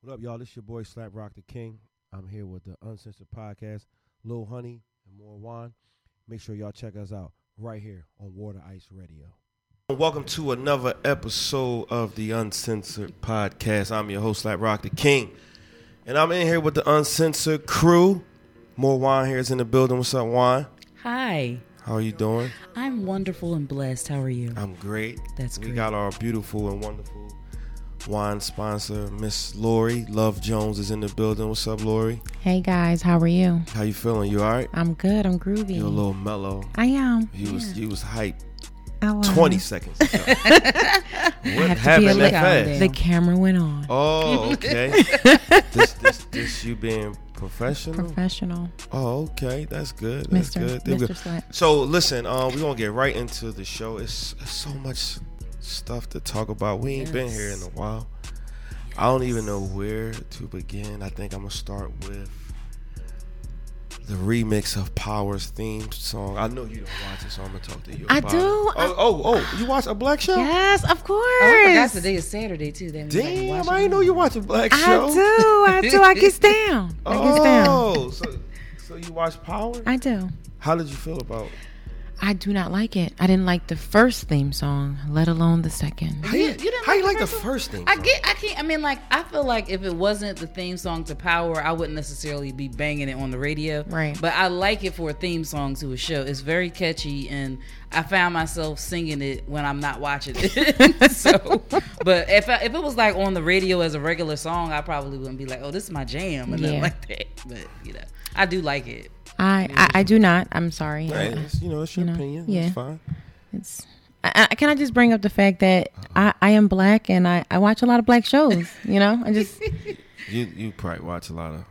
What up, y'all? This your boy Slap Rock the King. I'm here with the Uncensored Podcast, Lil Honey and More Wine. Make sure y'all check us out right here on Water Ice Radio. Welcome to another episode of the Uncensored Podcast. I'm your host, Slap Rock the King. And I'm in here with the Uncensored crew. More Wine here is in the building. What's up, Wine? Hi. How are you doing? I'm wonderful and blessed. How are you? I'm great. That's we great. got our beautiful and wonderful wine sponsor, Miss Lori. Love Jones is in the building. What's up, Lori? Hey guys, how are you? How you feeling? You all right? I'm good. I'm groovy. You're a little mellow. I am. You was you was hyped I was. twenty seconds ago. what to be a happened that lick fast? The camera went on. Oh, okay. this, this this you being professional? Professional, oh, okay. That's good. That's Mister good. There we go. Mister Slant. So listen, um, we're gonna get right into the show. It's, it's so much stuff to talk about. We ain't been here in a while. I don't even know where to begin. I think I'm gonna start with the remix of Power's theme song. I know you don't watch it, so I'm gonna talk to you. I about do. It. Oh, oh, oh! You watch a black show? Yes, of course. Oh, I forgot today is Saturday too. They Damn, I didn't know you watch a black I show. do. I do. I get down. I get down. Oh, so so you watch Power? I do. How did you feel about? I do not like it. I didn't like the first theme song, let alone the second. How you, you didn't how you like like the the first first thing? I get. I can't. I mean, like, I feel like if it wasn't the theme song to Power, I wouldn't necessarily be banging it on the radio. Right. But I like it for a theme song to a show. It's very catchy, and I found myself singing it when I'm not watching it. so, but if I, if it was like on the radio as a regular song, I probably wouldn't be like, oh, this is my jam, and nothing Yeah. like that. But you know, I do like it. I, I I do not. I'm sorry. Hey, it's- you know, it's your You know, opinion. yeah. It's fine. It's. I, I, can I just bring up the fact that I, I am black and I, I watch a lot of black shows. You know, I just You you probably watch a lot of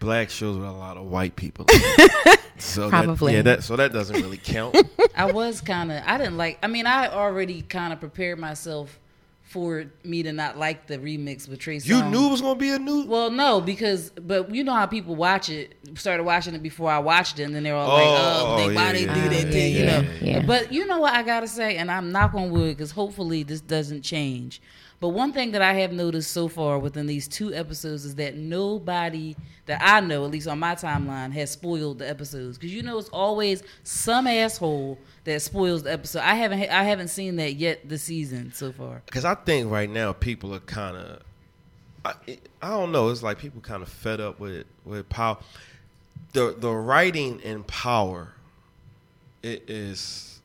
black shows with a lot of white people. so Probably. That, yeah, that so that doesn't really count. I was kind of. I didn't like. I mean, I already kind of prepared myself for me to not like the remix with Trey. you Songz. knew it was gonna be a new. Well, no, because but you know how people watch it started watching it before I watched it, and then they're all like, Oh, "Oh, they, oh, why yeah, they yeah, do that yeah, thing?" you yeah, know. yeah. But you know what I gotta say, and I'm knock on wood because hopefully this doesn't change. But one thing that I have noticed so far within these two episodes is that nobody that I know, at least on my timeline, has spoiled the episodes because you know it's always some asshole that spoils the episode. I haven't I haven't seen that yet this season so far. Because I think right now people are kind of, I, I don't know. It's like people kind of fed up with with power. The the writing in power, it is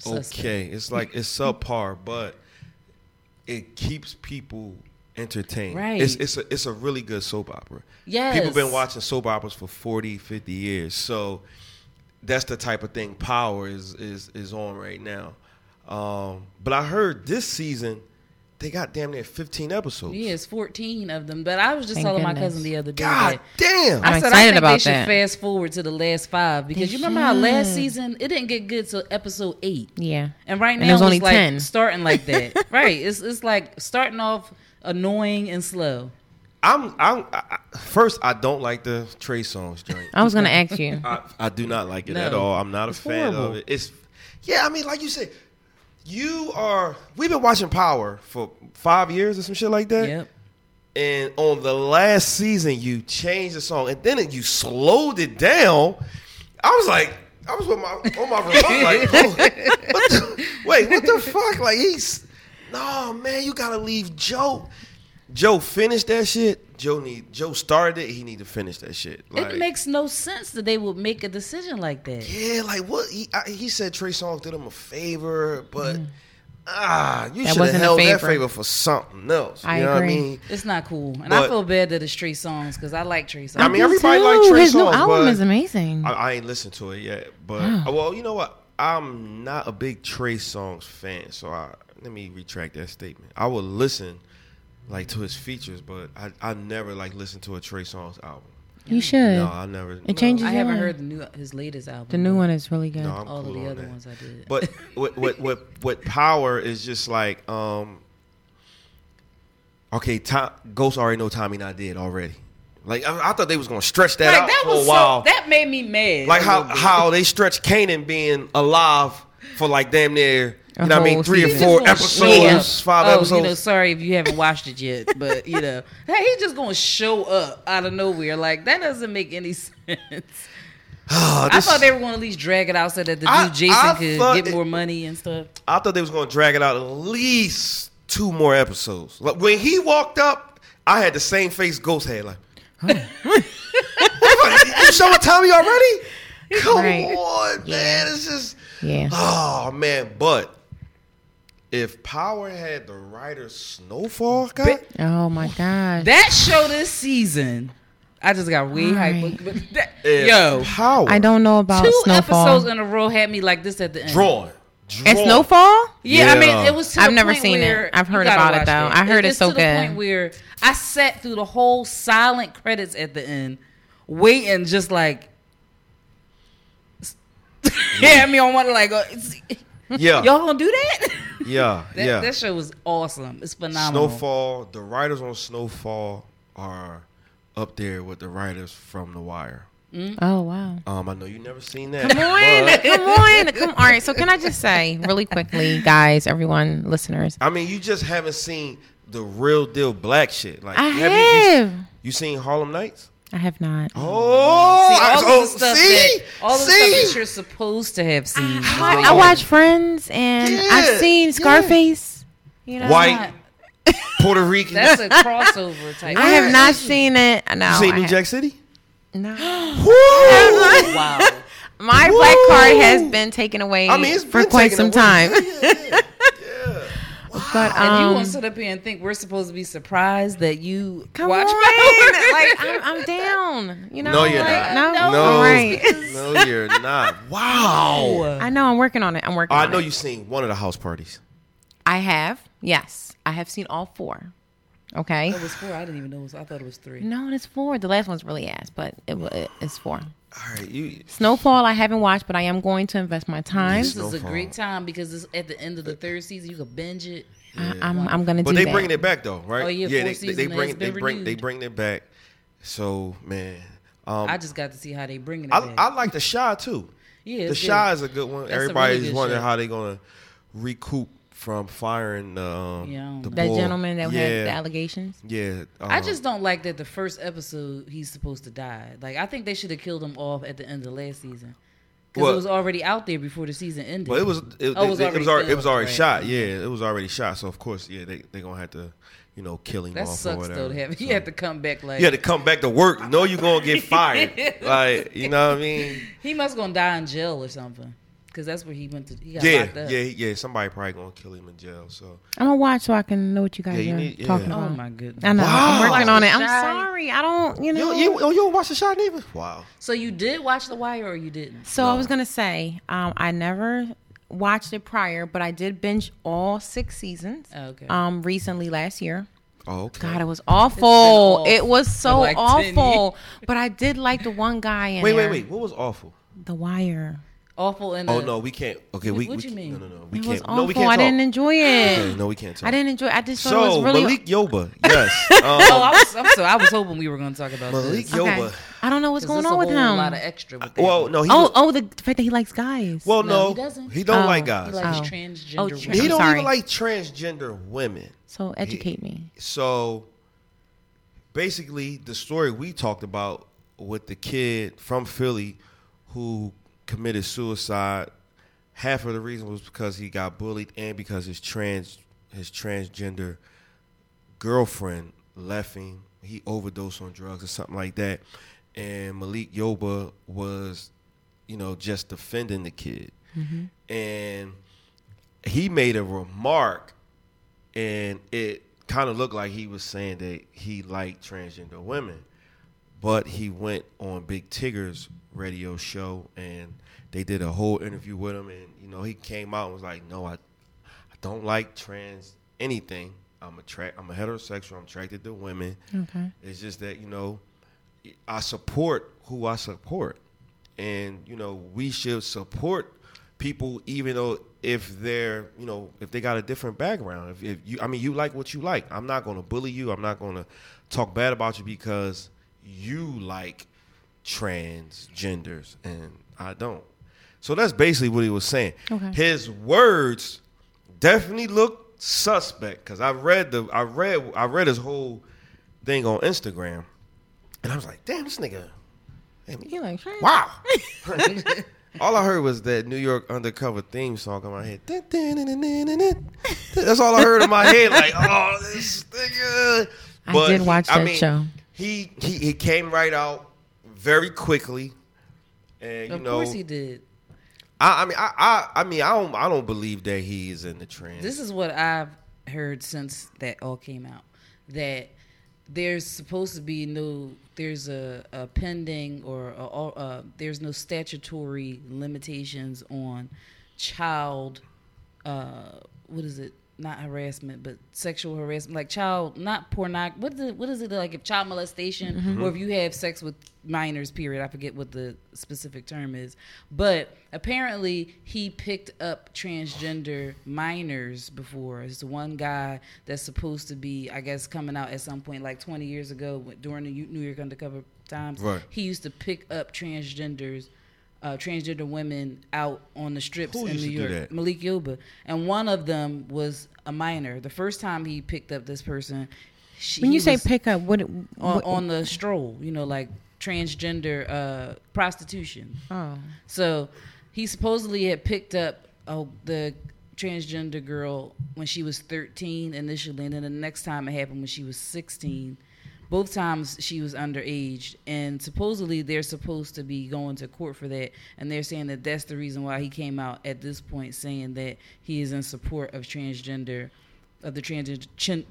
Suspect. okay. It's like it's subpar, but it keeps people entertained. Right. It's it's a it's a really good soap opera. Yes. People been watching soap operas for 40, 50 years. So that's the type of thing power is is is on right now. Um, but I heard this season they got damn near 15 episodes. Yeah, it's 14 of them. But I was just Thank telling my goodness. cousin the other day. God that damn. I'm I said, I excited think they about should that. fast forward to the last five because They you remember how last should. season it didn't get good till episode eight, yeah. and right now there's it's only like 10. starting like that, right? It's it's like starting off annoying and slow. I'm I'm I, I- first I don't like the Trey songs joint. I was gonna ask you. I, I do not like it No. at all. I'm not a fan horrible. of it. It's yeah. I mean, like you said, you are. We've been watching Power for five years or some shit like that. Yep. and on the last season you changed the song and then it, you slowed it down i was like i was with my on my remote like oh, what the, wait what the fuck like he's no man you gotta leave joe joe finished that shit joe need joe started it he need to finish that shit like it makes no sense that they would make a decision like that. yeah like what he, I, he said trey songz did him a favor but ah you Mm. That should have wasn't a held that favor. favor for something else you I know what agree. i mean It's not cool, and I But- feel bad that it's Trey songs because I like Trey songs. I mean, Me everybody like too. Trey His new Songz, album but- is amazing. I, I ain't listened to it yet, but uh, well, you know what? I'm not a big Trey Songz fan, so I let me retract that statement. I will listen like to his features, but I, I never like listen to a Trey Songz album. you should. No, I never. no, changes- I haven't Yeah. heard the new his latest album. the new one is really good. No, I'm all cool of the on other that. ones I did. But what what what what power is just like um. Okay, Tom, Ghost already know Tommy and I did already. Like I, I thought they was gonna stretch that like out that for was a while. so that made me mad. like a how little bit. how they stretch Kanan being alive for like damn near You know what I mean? whole Three or season. four He's just gonna show episodes, up. five oh, episodes. You know, sorry if you haven't watched it yet, but you know, hey, he's just gonna show up out of nowhere. Like that doesn't make any sense. Ah, I this- thought they were gonna at least drag it out so that the I- dude Jason I thought could it- get more money and stuff. I thought they was gonna drag it out at least two more episodes. Like when he walked up, I had the same face Ghost had. Like, you showing Tommy already? Come Right. on, man. It's just, Yeah. oh man. But if Power had the writer Snowfall, guy, Oh my gosh. That show this season, I just got way All hyped. right. But that, if yo, Power, I don't know about two Snowfall. episodes in a row had me like this at the end. drawn. and Drawn. Snowfall? Mm-hmm. Yeah, I mean, Yeah. it was. To I've the never point seen it. where- I've you heard gotta about it, watch though. that. I heard it's so to the point good. where I sat through the whole silent credits at the end, waiting, just like. yeah, me on one like, uh, it's- Yeah, y'all gonna do that? yeah, that, yeah. that show was awesome. It's phenomenal. Snowfall, the writers on Snowfall are up there with the writers from The Wire. Oh wow. Um, I know you never seen that. Come on, but, come on, come. All right. So can I just say really quickly, guys, everyone, listeners, I mean, you just haven't seen the real deal black shit. Like I you- You, have. you seen Harlem Nights? I have not. Oh, See, all I- of oh, the stuff see, that all of the see. Ah. stuff that you're supposed to have seen. is I, what I you- watch Friends, and Yeah, I've seen Scarface. You know, White, Puerto Rican. That's a crossover type. I have not seen it. No, you seen I New have- Jack City? No. Woo! Wow. My black card has Woo! been taken away I mean, it's for been quite taken some away. time. Yeah, yeah, yeah. But And you um, want to sit up here and think we're supposed to be surposed that you come watch on, Power? like I'm, I'm down. You know, No, you're like, not. No, No, all right. no, you're not. Wow. I know I'm working on it. I'm working. Oh, I on know it. you seen one of the house parties. I have. Yes, I have seen all four. Okay. It was four. I didn't even know. It was, I thought it was three. No, it's four. The last one's really ass, but it, wa- it it's four. All right, you. Snowfall, I haven't watched, but I am going to invest my time. This is a Snowfall. great time because it's at the end of the third season. You could binge it. I, am I'm gonna But do they that. bringing it back though, right? Oh, yeah, fourth they, they, season they has bring they been bring they renewed. bring it back. So man, um, I I, just got to see how they bringing it. I, back. like the shy too. yeah, the it's good. shy is a good one. a really Everybody's good wondering show. how they gonna recoup from firing the um, Yeah, I don't the know. that boy. gentleman that yeah, had the allegations. yeah. Um, I just don't like that the first episode he's supposed to die. Like I think they should have killed him off at the end of last season because Well- it was already out there before the season ended. Well, it was it, Oh, it was it- it already was already, it filmed, was already right. shot. Yeah, it was already shot. So of course, yeah, they they gonna have to you know kill him that off or sucks whatever. though. To have So- he had to come back like you had to come back to work. Know you gonna get fired. like you know what I mean. he must gonna die in jail or something because that's where he went to. He got Yeah, locked yeah, up. yeah. Somebody probably gonna kill him in jail. So I'm gonna watch so I can know what you guys Yeah, you are need- talking yeah. Oh about. my goodness. I know. I'm Wow. working on it. I'm Shy. sorry. I don't. You know. you you, oh, you don't watch the shot neither. Wow. So you did watch The Wire or you didn't? So I was gonna say, um, I never watched it prior, but I did binge all six seasons. Oh, okay. Um, recently last year. Oh, okay. God, it was awful. awful It was so for like 10 awful. But I did like the one guy in wait, wait, there. wait. What was awful? The Wire. Awful and Oh no, we can't. Okay, we. What we you can't- mean? No, no, no. We It was can't. awful. No, we can't I talk. didn't enjoy Okay, it. no, we can't talk. I didn't enjoy. I just thought it So was really. Malik Yoba, yes. Um, Oh, I was, I'm sorry. I was hoping we were going to talk about Malik this. Yoba. okay. I don't know what's 'Cause going there's on a with whole him. lot of extra with that. Well, no. He oh, don't- oh, the fact that he likes guys. well, no, No, he doesn't. He don't Oh, like he guys. likes Oh. transgender Oh, women. tra- he I'm don't sorry. even like transgender women. so educate me. So basically, the story we talked about with the kid from Philly who committed suicide. Half of the reason was because he got bullied and because his trans his transgender girlfriend left him. He overdosed on drugs or something like that. And Malik Yoba was, you know, just defending the kid. Mm-hmm. And he made a remark and it kind of looked like he was saying that he liked transgender women but he went on big tigger's radio show and they did a whole interview with him and you know he came out and was like no i, I don't like trans anything i'm attract i'm a heterosexual i'm attracted to women Okay. it's just that you know i support who i support and you know we should support people even though if they're you know if they got a different background if, if you i mean you like what you like i'm not going to bully you i'm not going to talk bad about you because you like transgenders and i don't so that's basically what he was saying Okay. his words definitely looked suspect because I read the I read I read his whole thing on Instagram, and I was like, damn, this nigga. damn, He like, "Sure." Wow. all I heard was that New York undercover theme song in my head. Dun, dun, dun, dun, dun, dun, dun. That's all I heard in my head. Like, oh, this nigga. I did watch that show. He, he he came right out very quickly, and you Of know, course he did. I, I mean, I, I I mean, I don't I don't believe that he is in the trend. This is what I've heard since that all came out that there's supposed to be no there's a, a pending or a, a, a, there's no statutory limitations on child uh what is it not harassment but sexual harassment like child not pornog what is it what is it like if child molestation Mm-hmm. or if you have sex with minors period i forget what the specific term is but apparently he picked up transgender minors before it's one guy that's supposed to be i guess coming out at some point like 20 years ago during the new york undercover times Right. he used to pick up transgenders uh, transgender women out on the strips Who in used New to do York. that? Malik Yuba, and one of them was a minor. The first time he picked up this person, she, When he you say was pick up, what? on, what- on the stroll, you know, like transgender uh, prostitution. oh, So he supposedly had picked up oh, the transgender girl when she was 13 initially, and then the next time it happened when she was 16. Both times she was underage, and supposedly they're supposed to be going to court for that, and they're saying that that's the reason why he came out at this point saying that he is in support of transgender, of the transgender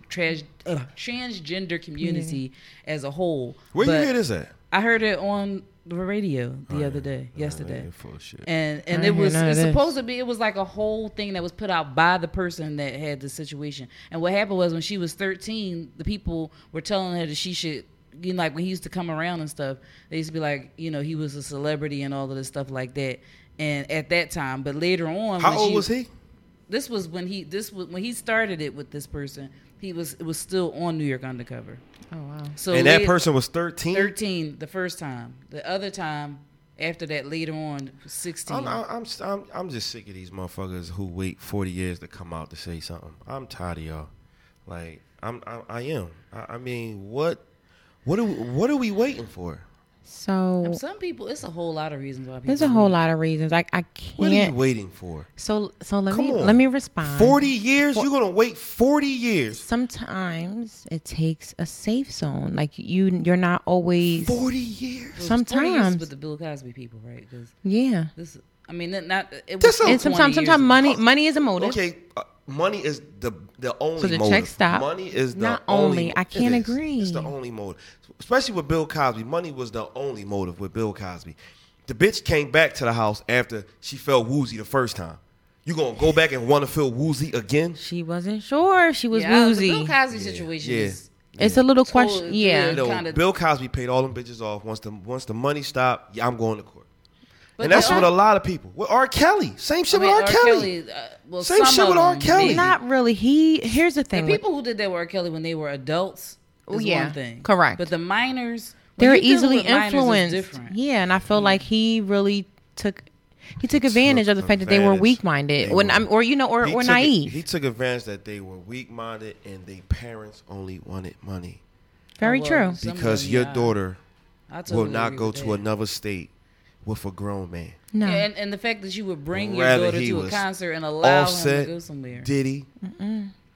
trans, uh, transgender community as a whole. Where But you hear this at? I heard it on the radio the Oh, other day, yesterday full of shit. and and I it hear was none of it's this. supposed to be it was like a whole thing that was put out by the person that had the situation and what happened was when she was 13 the people were telling her that she should you know, like when he used to come around and stuff they used to be like you know he was a celebrity and all of this stuff like that and at that time but later on How when old she- was he? this was when he this was when he started it with this person he was it was still on new york undercover oh wow. so and that lat- person was 13? 13 the first time the other time after that later on 16 I'm, I'm, I'm, I'm, I'm just sick of these motherfuckers who wait 40 years to come out to say something. I'm tired of y'all. Like, I'm, I, I am. I, I mean, what, what are, we, what are we waiting for? So Um, Some people, it's a whole lot of reasons why people. there's a whole lot of reasons. I I What are you can't. waiting for? So so let Come me on. let me respond. 40 years? You're gonna wait 40 years? Sometimes it takes a safe zone. Like you, you're not always. 40 years? sometimes. with the Bill Cosby people, right? Because Yeah. this, I mean, not- not it was That's a- still And And 20 sometimes, years sometimes ago. money, money is a motive. Okay, uh, money is the the only. So the motive. check stop. Money is the Not only. only, I it can't is. agree. It's the only motive, especially with Bill Cosby. Money was the only motive with Bill Cosby. The bitch came back to the house after she felt woozy the first time. You gonna go back and want to feel woozy again? She wasn't sure. She was Yeah, woozy. The Bill Cosby situation. yeah. is- It's a little Totally question. do You Yeah. that. know, kinda- Bill Cosby paid all them bitches off. Once the once the money stopped, yeah, I'm going to court. But and that's the- what a lot of people. With R. Kelly, same I shit mean, with R. Kelly. uh, well, Same some shit of with R. them, Kelly. maybe. Not really. He here's the the thing. people who did that with R. Kelly when they were adults. Oh, is yeah. one thing. Correct. But the minors, when They're you deal easily with minors, it's influenced. different. Yeah, and I feel like he really took he took advantage of the fact that they were advantage. weak minded. They When were. I'm or you know, or, He or took- naive. he took advantage that they were weak minded and their parents only wanted money. Very Oh, well, true. some of because them, your yeah. daughter I will totally not agree go with to that. another state with a grown man. No. Yeah, and, and the fact that you would bring your Rather daughter he to a was concert and allow him Offset, to go somewhere. Diddy,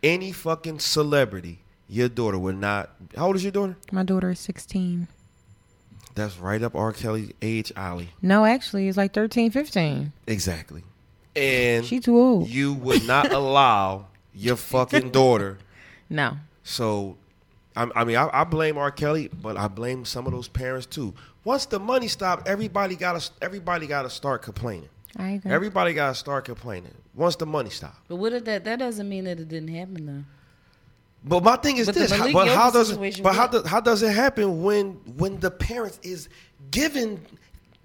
any fucking celebrity, your daughter would not. How old is your daughter? My daughter is sixteen. That's right up R. Kelly's age alley. No, actually it's like 13, 15. Exactly. And She too old. you would not allow your fucking daughter. No. So, I, I mean, I, I blame R. Kelly, but I blame some of those parents too. Once the money stopped, everybody got to everybody got to start complaining. I agree. Everybody got to start complaining once the money stopped. But what if that? That doesn't mean that it didn't happen though. But my thing is But the this: Malik but how Yoba does situation, but how what? does how does it happen when when the parents is given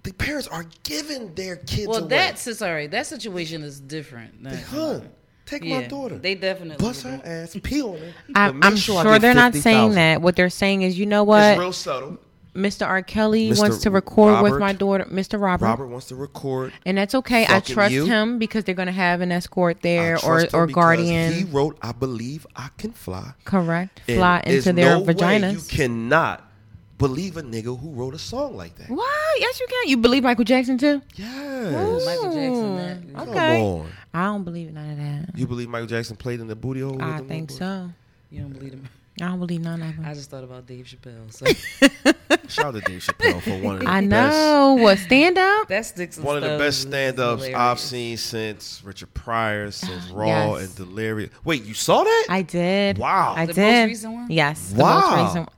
the parents are giving their kids Well, away? that's it's all right. That situation is different. than- uh, hun. Take my Yeah, daughter. They definitely bust her would. ass, peel her. I'm, but make I'm I sure, get they're not 50,000. saying that. What they're saying is, you know It's what? real subtle. Mr. R. Kelly Mr. wants to record Robert- with my daughter, Mr. Robert. Robert wants to record. And that's okay. I Fucking trust you. him because they're going to have an escort I there or, trust him or because guardian. He wrote, "I believe I can fly." correct. And Fly there's into their no way vaginas. you cannot believe a nigga who wrote a song like that. Why? Yes, you can. You believe Michael Jackson too? Yes. Michael Jackson, Ooh, that- Come okay. on. I don't believe none of that. You believe Michael Jackson played in the booty hole? with I them think boys? so. You don't believe him? I don't believe none of I them. just thought about Dave Chappelle. So Shout out to Dave Chappelle for one of the I best, know. What stand up? that sticks. and one of the stones best is stand-ups I've hilarious. seen since Richard Pryor, since Raw Ah, Yes. and Delirious. Wait, you saw that? I did. Wow. I The most did. recent one? Yes. the Wow. most recent one.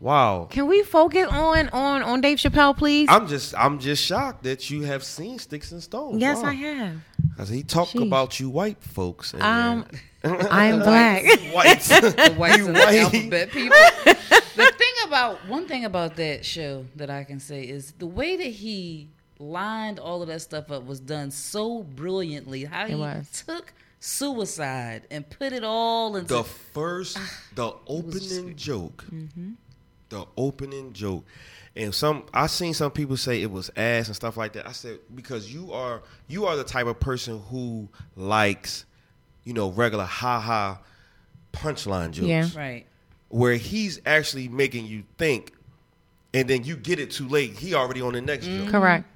wow. Can we focus on on on Dave Chappelle, please? I'm just I'm just shocked that you have seen Sticks and Stones. yes, Wow. I have. Because he talked Sheesh. about you white folks. And Um, then- I am black. whites. the whites and the white. alphabet people. the thing about one thing about that show that I can say is the way that he lined all of that stuff up was done so brilliantly. How he was. took suicide and put it all into the first ah, the opening joke Mm-hmm. the opening joke and some i seen some people say it was ass and stuff like that i said because you are you are the type of person who likes you know regular ha-ha punchline jokes Yeah. right. where he's actually making you think and then you get it too late he already on the next Mm-hmm. joke Correct.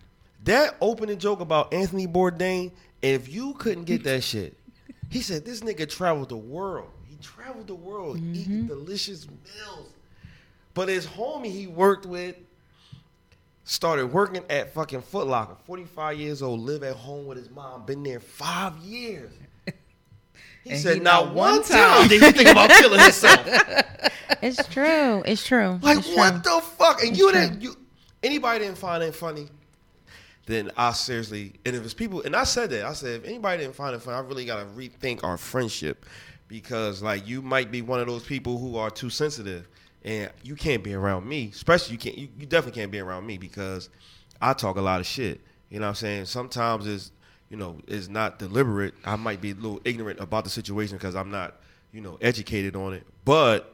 that opening joke about Anthony Bourdain, if you couldn't get that shit, he said this nigga traveled the world. He traveled the world eating delicious meals. But his homie he worked with started working at fucking Foot Locker. 45 years old, live at home with his mom, been there five years. He And said, he not, not one, one time. time." did he think about killing himself. It's true. It's true. Like it's what True. the fuck? And you true. didn't you anybody didn't find it funny, then I seriously and if it's people and I said that, I said if anybody didn't find it funny, I really gotta rethink our friendship because like you might be one of those people who are too sensitive and you can't be around me. Especially you can't you, you definitely can't be around me because I talk a lot of shit. You know what I'm saying? Sometimes it's you know, it's not deliberate. I might be a little ignorant about the situation because I'm not, you know, educated on it. But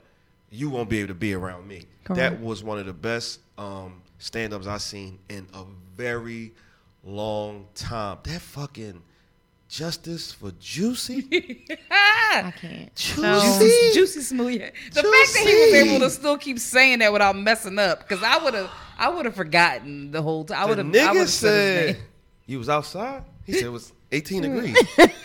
you won't be able to be around me. That Correct. was one of the best um, stand ups I've seen in a very long time. That fucking Justice for Juicy? I can't. Juicy? Ah, Juicy smoothie. The fact that he was Juicy. able to still keep saying that without messing up, because I would have, I would have forgotten the whole time. I The would have. I nigga would've said. his said, name. You was outside? He said it was 18 degrees.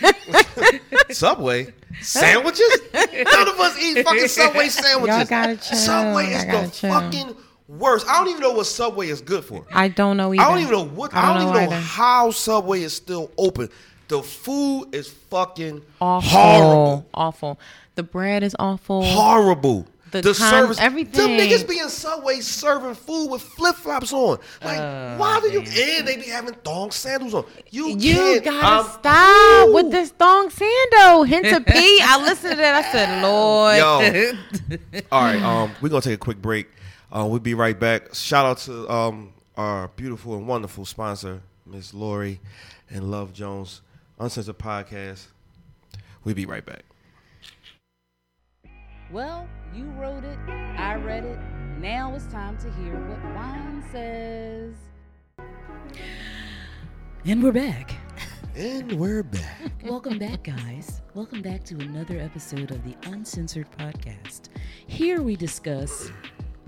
Subway? Sandwiches? None of us eat fucking Subway sandwiches. gotta chill. Subway is Y'all gotta the chill. fucking worst. I don't even know what Subway is good for. I don't know either. I don't even know what. I don't, even know either. how Subway is still open. The food is fucking Awful. horrible. Awful. The bread is awful. Horrible. The time- service, Them everything. niggas be in Subway serving food with flip flops on. Like, why do you? And they be having thong sandals on. You, Oh, You can't- um, gotta I'm- stop Ooh. with this thong sando. Hint to P. I listened to that. I said, Lord. Yo, all right. Um, we're gonna take a quick break. Uh, we'll be right back. Shout out to um our beautiful and wonderful sponsor, Miss Lori and Love Jones, Uncensored Podcast. We'll be right back. Well, you wrote it, I read it. Now it's time to hear what wine says. And we're back. And we're back. Welcome back, guys. Welcome back to another episode of the Uncensored Podcast. Here we discuss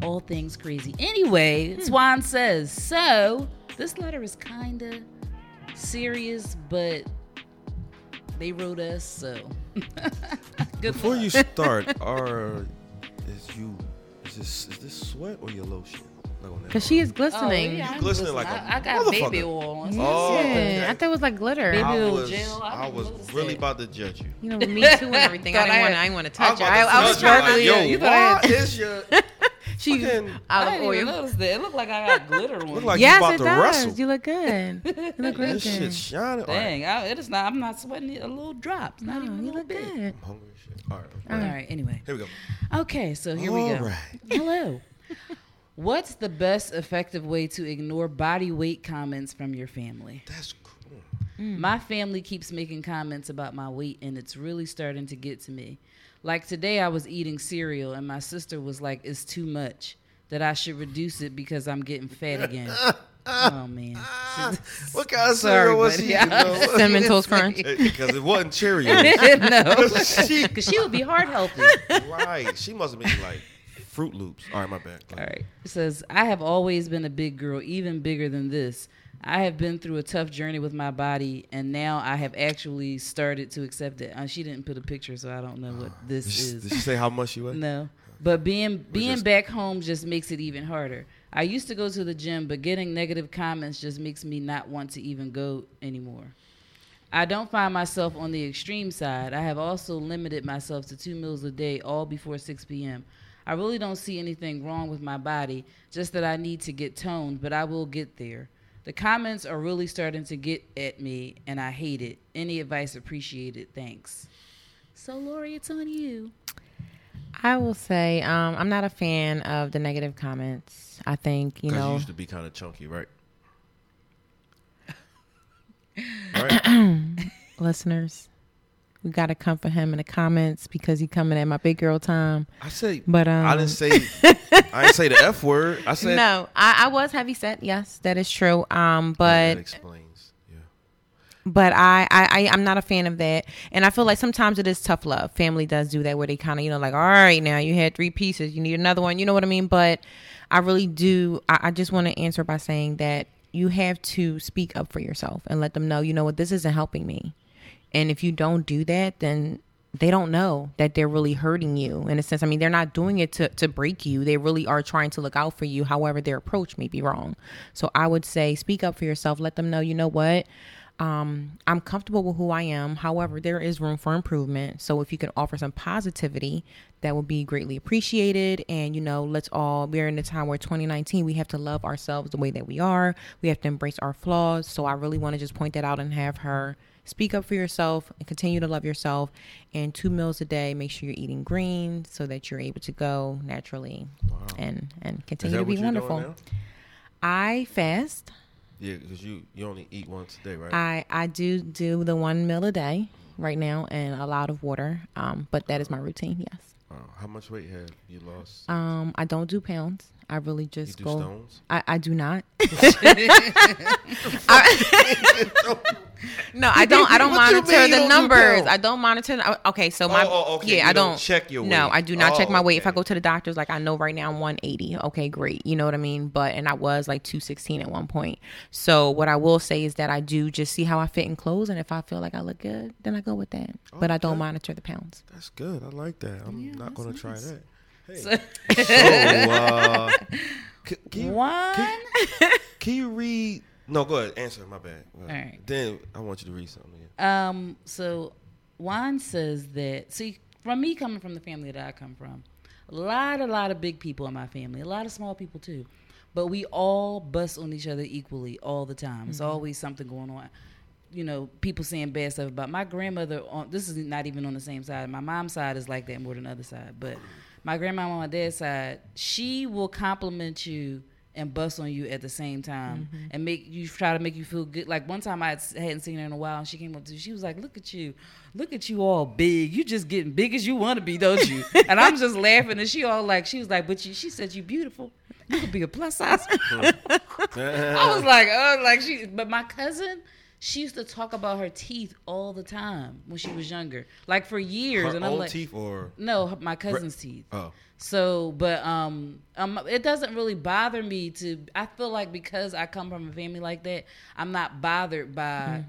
all things crazy. Anyway, Hmm. Swan says, so this letter is kind of serious, but they wrote us, so. Good Before luck. you start, are is you is this is this sweat or your lotion? Look on that Because she is Oh, glistening. yeah, I'm glistening like a I I got baby motherfucker. oil on. Oh, Yeah. okay. I thought it was like glitter. Baby- I Ew, was, Jill, I I didn't was notice really that. about to judge you. You know, me too and everything. I Thought I didn't want to. had- I didn't want to I touch was her. about I, to I was judge you, trying to. like, yo, you thought I why had- is your She's fucking- I olive didn't even oil. notice that. It looked like I got glitter on. Look Look like- like, you Yes, about it to does. wrestle. You look good. You look really this shit good. shining? All right, Dang, I, it is not. I'm not sweating a little drop. Not even a No, Oh, you little look bit. good. Oh. I'm hungry. as Shit. All right, All right. Anyway. here we go. Okay, so here we All go. right. Hello. What's the best effective way to ignore body weight comments from your family? That's cool. My family keeps making comments about my weight, and it's really starting to get to me. Like today, I was eating cereal, and my sister was like, It's too much. that I should reduce it because I'm getting fat again. oh man. What kind of Sorry, cereal was buddy. she? eating, though? Cinnamon Toast Crunch. Because it wasn't Cheerios. no. she, Cause she would be hard healthy. right. She must have been like Fruit Loops. All right, my bad. All right. It says, I have always been a big girl, even bigger than this. I have been through a tough journey with my body, and now I have actually started to accept it. Uh, she didn't put a picture, so I don't know what this Did she, is. did she say how much she weighed? No, but being being just- back home just makes it even harder. I used to go to the gym, but getting negative comments just makes me not want to even go anymore. I don't find myself on the extreme side. I have also limited myself to two meals a day, all before 6 p.m. I really don't see anything wrong with my body, just that I need to get toned, but I will get there. The comments are really starting to get at me, and I hate it. Any advice appreciated. Thanks. So, Lori, it's on you. I will say um, I'm not a fan of the negative comments. I think you Because you know used to be kind of chunky, right? right. listeners, we gotta comfort him in the comments because he coming at my big girl time. I say, But um, I didn't say, I didn't say the F word. I said, no, I, I was heavy set. Yes, that is true. Um, that but explains. Yeah. but I, I I I'm not a fan of that, and I feel like sometimes it is tough love. Family does do that where they kind of you know like all right now you had three pieces, you need another one. You know what I mean? But I really do. I, I just want to answer by saying that you have to speak up for yourself and let them know you know what this isn't helping me, and if you don't do that, then they don't know that they're really hurting you in a sense. I mean, they're not doing it to, to break you. They really are trying to look out for you. However, their approach may be wrong. So I would say speak up for yourself. Let them know, you know what? um, I'm comfortable with who I am. However, there is room for improvement. So if you can offer some positivity, that would be greatly appreciated. And you know, let's all we're in the time where 2019 we have to love ourselves the way that we are. We have to embrace our flaws. So I really want to just point that out and have her speak up for yourself and continue to love yourself. And two meals a day. Make sure you're eating green so that you're able to go naturally and and Is continue that to what be you're wonderful. doing now? I fast. Yeah, because you you only eat once a day, right? I I do do the one meal a day right now and a lot of water. Um, but that is my routine. Yes. Uh, how much weight have you lost? Um, I don't do pounds. I really you just do go. stones. I, I do not. I- no, I don't. I don't What you mean monitor you the don't do numbers. pounds? I don't monitor. I- Okay, so my oh, okay, yeah, you I don't don't, check your No, weight. I do not Oh, check my weight. If I okay. go to the doctors, like I know right now I'm 180. Okay, great. You know what I mean. But and I was like 216 at one point. So what I will say is that I do just see how I fit in clothes, and if I feel like I look good, then I go with that. But I don't Okay. monitor the pounds. That's good. I like that. I'm not gonna try that. Hey. So, So- uh, c- can, you, One. can you read? No, go ahead. Answer. My bad. Well, right. Then I want you to read something. Yeah. Um, so Juan says that see from me coming from the family that I come from, a lot, a lot of big people in my family, a lot of small people too. But we all bust on each other equally all the time. It's always something going on. You know, people saying bad stuff about my grandmother on this is not even on the same side. My mom's side is like that more than the other side. But my grandma on my dad's side, she will compliment you and bust on you at the same time Mm-hmm. and make you try to make you feel good. Like one time I had- hadn't seen her in a while and she came up to me. She was like, "Look at you, look at you all big. You just getting big as you want to be, don't you?" and I'm just laughing and she all like, she was like, "But you," she said, "You beautiful. You could be a plus size." I was like, oh, like she. But my cousin, she used to talk about her teeth all the time when she was younger, like for years. Her and I'm own like, teeth or no, her- my cousin's teeth. oh. So, but um, um, it doesn't really bother me to. I feel like because I come from a family like that, I'm not bothered by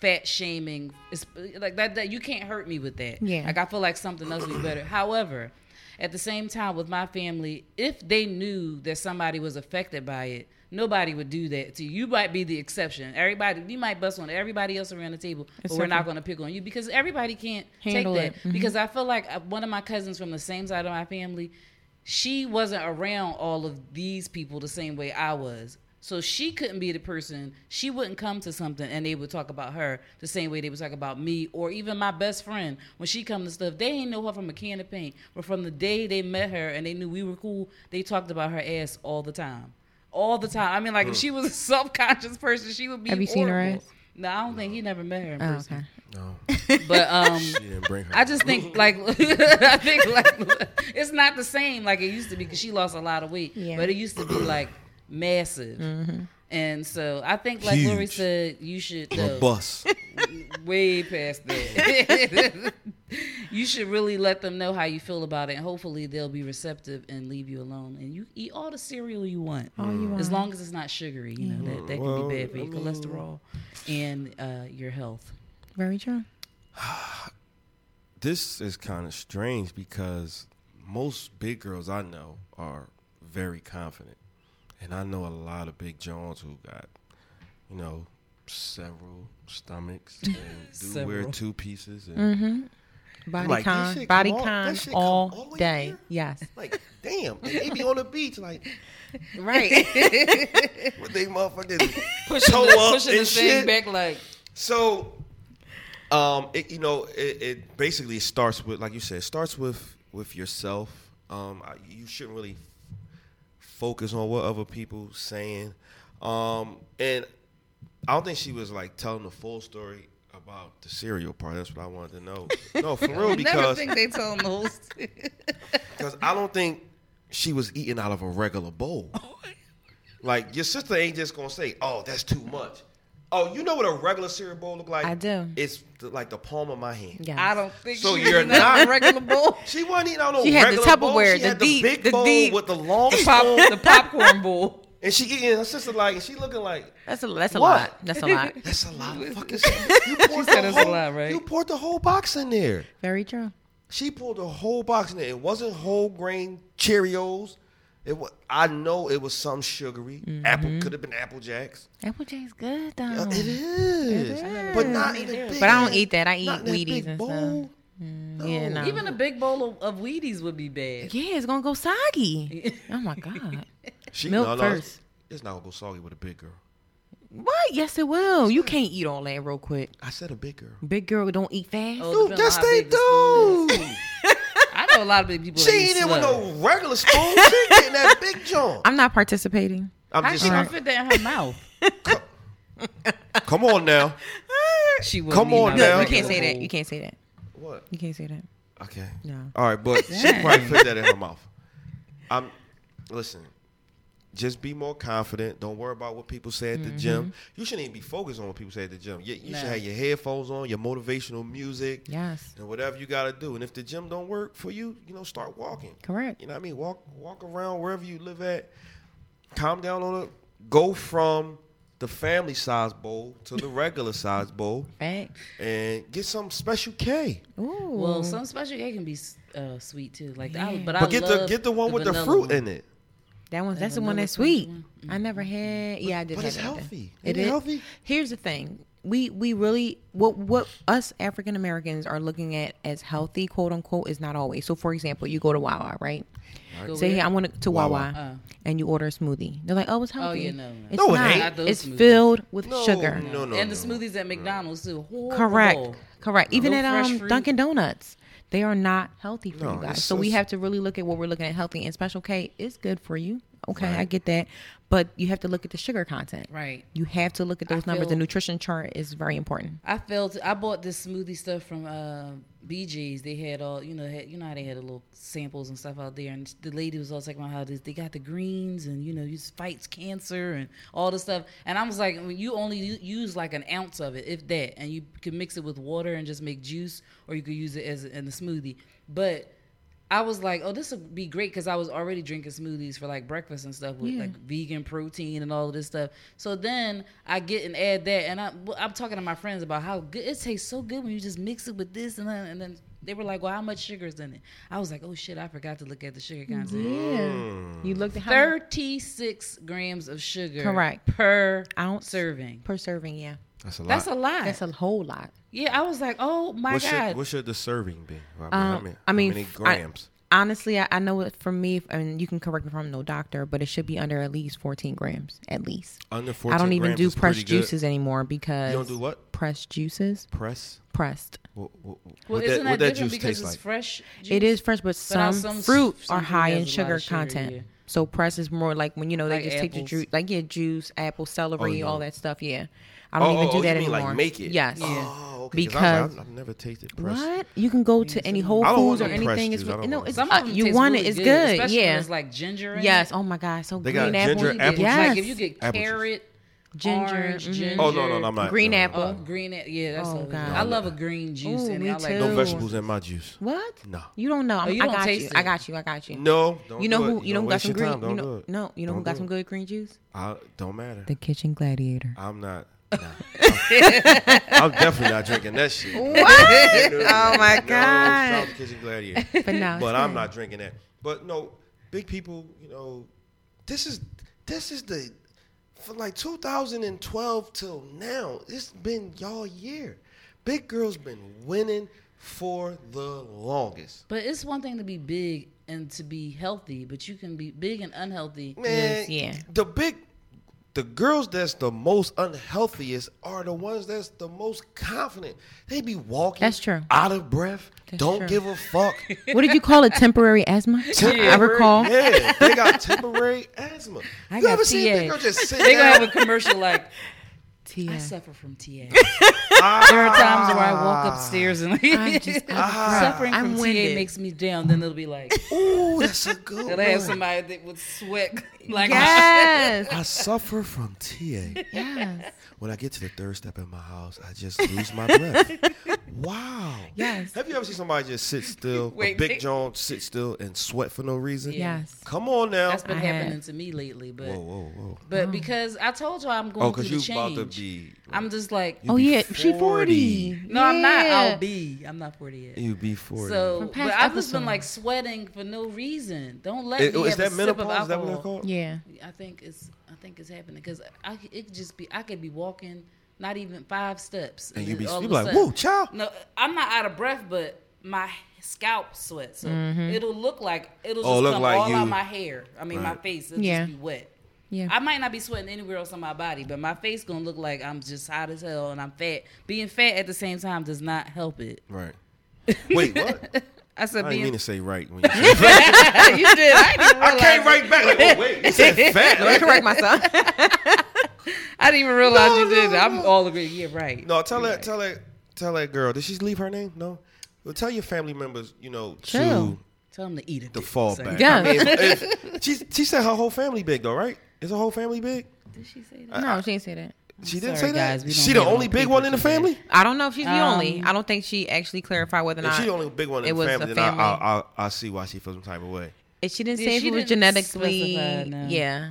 fat shaming. It's like that, that you can't hurt me with that. Yeah. like I feel like something else would be better. However, at the same time, with my family, if they knew that somebody was affected by it, nobody would do that to you. You might be the exception. Everybody, you might bust on everybody else around the table, but we're not going to pick on you because everybody can't Handle take that it. Mhm. because I feel like uh, one of my cousins from the same side of my family, she wasn't around all of these people the same way I was. So she couldn't be the person. She wouldn't come to something and they would talk about her the same way they would talk about me or even my best friend when she come to stuff. They ain't know her from a can of paint, but from the day they met her and they knew we were cool, they talked about her ass all the time, all the time. I mean, like if she was a self conscious person, she would be. Have you seen her horrible. ass? No, I don't think he never met her in Oh, person. No, okay. But um, she didn't bring her. I just think like I think like it's not the same like it used to be because she lost a lot of weight, Yeah. Mm-hmm. but it used to be like massive. And so I think, like Lori Huge. said, you should a know, bus. way past that. you should really let them know how you feel about it, and hopefully they'll be receptive and leave you alone. And you eat all the cereal you want, All you as want. long as it's not sugary. You know that, that can Well, be bad for I your mean- cholesterol and uh, your health. Very true. this is kind of strange because most big girls I know are very confident, and I know a lot of big Johns who got, you know, several stomachs and do wear Several. two pieces and Body Like, this con, shit body come all- con that shit come all, all the way day. here? Yes. like, damn, and they be on the beach like Right. with they motherfuckers. Pushing, Toe the, up pushing and this thing shit. back like. So, um, it, you know, it, it basically starts with, like you said, it starts with with yourself. Um, I- you shouldn't really focus on what other people saying. Um, and I don't think she was like telling the full story about the cereal part. That's what I wanted to know. No, for real, Never because think they told him the whole story. because I don't think she was eating out of a regular bowl. Like your sister ain't just gonna say, "Oh, that's too much." Oh, you know what a regular cereal bowl look like? I do. It's the, like the palm of my hand. Yes. I don't think So she you're was not not- a regular bowl. She wasn't eating out of She no had the regular Tupperware, bowl. She the had the deep- big the bowl deep- with the long Pop, spoon, the popcorn bowl. and she eating. Her sister like, and she looking like, That's a that's a What? lot. That's a lot. "That's a lot of fucking." cereal." You poured said the it's a whole- lot, right? You poured the whole box in there. Very true. She pulled the whole box in there. It wasn't whole grain Cheerios. It was, I know it was some sugary. Mm-hmm. Apple could have been Apple Jacks. Apple J's good though. Uh, it, is, but not in a big. Oh. But I don't eat that. I eat not in that Wheaties big and bowl. stuff. Yeah, no. Even a big bowl of, of Wheaties would be bad. yeah, it's gonna go soggy. oh my god. She, Milk no, no, it's- first. It's not gonna go soggy with a big girl. What? Yes, it will. You can't eat all that real quick. I said a big girl. Big girl don't eat fast. Oh, Dude, depending on yes, how they big the spoon do. is. I know a lot of big people. she that eat ain't eating with slow. no regular spoon. She ain't getting that big joint. I'm not participating. I'm How just she gonna like, fit that in her mouth? come on now. She would. Come on now. No, you Okay. can't say that. You can't say that. What? You can't say that. Okay. No. All right, but she probably put that in her mouth. I'm listen. Just be more confident. Don't worry about what people say at the gym. You shouldn't even be focused on what people say at the gym. You, you should Nah. have your headphones on, your motivational music, Yes. and whatever you got to do. And if the gym don't work for you, you know, start walking. Correct. You know what I mean? Walk walk around wherever you live at. Calm down on it. Go from the family size bowl to the regular size bowl, Fact. and get some special K. Ooh. Well, some special cake can be s- uh, sweet too. Like I, but, I But get the love get the one with the vanilla fruit one. in it. that one's that's the one vanilla that's sweet. I never had. Yeah, I did. but have it's that one. healthy. It Isn't it is healthy? Here's the thing. We we really what what us African Americans are looking at as healthy, quote unquote, is not always. So, for example, you go to Wawa, right? Go Say, with hey, it. I want to, to Wawa. Wawa, Oh, Uh. and you order a smoothie. They're like, oh, it's healthy. yeah, no, no. It's No, it not. ain't. Not those It's smoothies. filled with No, sugar. No, no, and no. the smoothies at McDonald's too. Horrible. Correct. Correct. Even No at fresh um, fruit. Dunkin' Donuts, they are not healthy for No, you guys. it's- So we it's- have to really look at what we're looking at healthy. And Special K is good for you. Okay, I get that. But you have to look at the sugar content. Right. You have to look at those numbers. The feel- nutrition chart is very important. I felt I bought this smoothie stuff from uh, BJ's. They had all you know, had, you know how they had the little samples and stuff out there, and the lady was all talking about how this, they got the greens and you know, it fights cancer and all this stuff. And I was like, when you only u- use like an ounce of it, if that, and you can mix it with water and just make juice, or you could use it as in the smoothie. But I was like, oh, this would be great because I was already drinking smoothies for like breakfast and stuff with like vegan protein and all of this stuff. So then I get and add that, and I, am talking to my friends about how good it tastes so good when you just mix it with this and then, and then they were like, well, how much sugar is in it? I was like, oh shit, I forgot to look at the sugar content. Mm-hmm. Mm. You looked at how much- Thirty-six grams of sugar, Correct. per Ounce. serving. per serving. Yeah, That's a lot. That's a lot. that's a whole lot. yeah, I was like, oh my what god. should what should the serving be? I mean, Um, how many, I mean, how many f- I- grams? honestly, I, I know it for me, if- and you can correct me if I'm no doctor, but it should be under at least 14 grams, at least. Under I 14 don't even grams do is pretty good. pressed juices anymore because You don't do what? pressed juices, Press. pressed. What, what, what well, that, isn't what that, that different juice because taste it's like? fresh? It juice? is fresh, but how some, some s- fruit some are fruit high has in a lot sugar of sugar, content. yeah. So press is more like when you know they Like just take apples. the juice, like yeah, juice, apple, celery, Oh, no. all that stuff. Yeah, I don't Oh, even oh, do oh, that you mean, like, anymore. make it? Yes. Oh, okay. 'cause I was like, Because- I've, I've never tasted pressed. What? You can go to any Whole I don't want Foods or no pressed anything. It's juice. I don't no, want it's no Some of them Uh, you taste want really it. It's good. Especially when yeah. it's like ginger. in it. yes. Oh my God. So They got green apple. ginger, Only apple good. juice? Like if you get Apple juice. carrot, Ginger, orange, mhm. ginger. Oh no, no, no, I'm not. Green no, no, apple. Oh, green. a- Yeah, that's Oh, oh, God. I love a green juice. Ooh, and me I like too. No, no vegetables in my juice. What? No. You don't know. I'm, you I don't got taste you. it. I got you. I got you. No. Don't You know do it. who? You know who got waste some your green? Time. Don't you do know, it. no, you know Don't who got do some it. good green juice? I don't matter. The Kitchen Gladiator. I'm not. nah. I'm, I'm definitely not drinking that shit. Oh my No, God. shout out to Kitchen Gladiator. But no, it's but I'm good. not drinking that. But no, big people, you know, this is this is the from like 2012 till now. It's been y'all year. Big girls been winning for the longest. But it's one thing to be big and to be healthy, but you can be big and unhealthy. Man, Yes, yeah. The big the girls that's the most unhealthiest are the ones that's the most confident. They be walking That's true. out of breath. don't true. give a fuck. What did you call it? Temporary asthma. I recall. Yeah, they got temporary asthma. I you got ever seen a big TA. girl just sit They gonna down? have a commercial like I Tia. suffer from TA. Ah, There are times where I walk upstairs and I'm just- I'm- suffering I'm from TA winded. makes me down. Then it'll be like Ooh, that's a good it'll have one. somebody that would sweat like Yes. I suffer from TA. yes. When I get to the third step in my house, I just lose my breath. Wow. Yes. Have you ever seen somebody just sit still, Wait, a big wait. John sit still and sweat for no reason? Yes. Come on now. that's been I have. happening to me lately. But whoa, whoa, whoa. but Mm. because I told you I'm going Oh, through because the you change. about to be. I'm just like You Oh be yeah, she forty. no, I'm not. Yeah. I'll be. I'm not 40 yet. You be 40. So, From past but I've just been episodes. like sweating for no reason. Don't let oh, Is- me is have that a sip of menopause? Is that what alcohol. they're called? Yeah. I think it's I think it's happening because I c- it could just be I could be walking not even five steps And you be, all you be of like, a sudden- woo, child. No, I'm not out of breath, but my scalp sweats. So Mm-hmm. it'll look like it'll Oh, just look come like all you- out my hair. I mean, my Right. face. It'll Yeah. just be wet. Yeah. I might not be sweating anywhere else on my body, but my face gonna look like I'm just hot as hell and I'm fat. Being fat at the same time does not help it. Right. Wait, what? I said I didn't being mean to say right. When you said fat. you did. I didn't, even I came right back. Like, oh, wait, you said fat. I correct myself. I didn't even realize No, you did. no, that. I'm no. all agree. Yeah, right. No, tell that, tell that, tell that girl. Did she leave her name? No. Well, tell your family members, you know, to Chill. Tell him to eat it. the fallback. Yeah. I mean, if- if- she, she said her whole family big though, right? Is her whole family big? Did she say that? No, she didn't say that. She didn't sorry, say that. guys, we don't she the hate on only big people one in the today. family. I don't know if she's the Um, only. I don't think she actually clarified whether or If not she the only big one it in the was family, a then I, family. I, I, I see why she feels some type of way. If she didn't Yeah, say if she it was didn't genetically. specify, no. Yeah.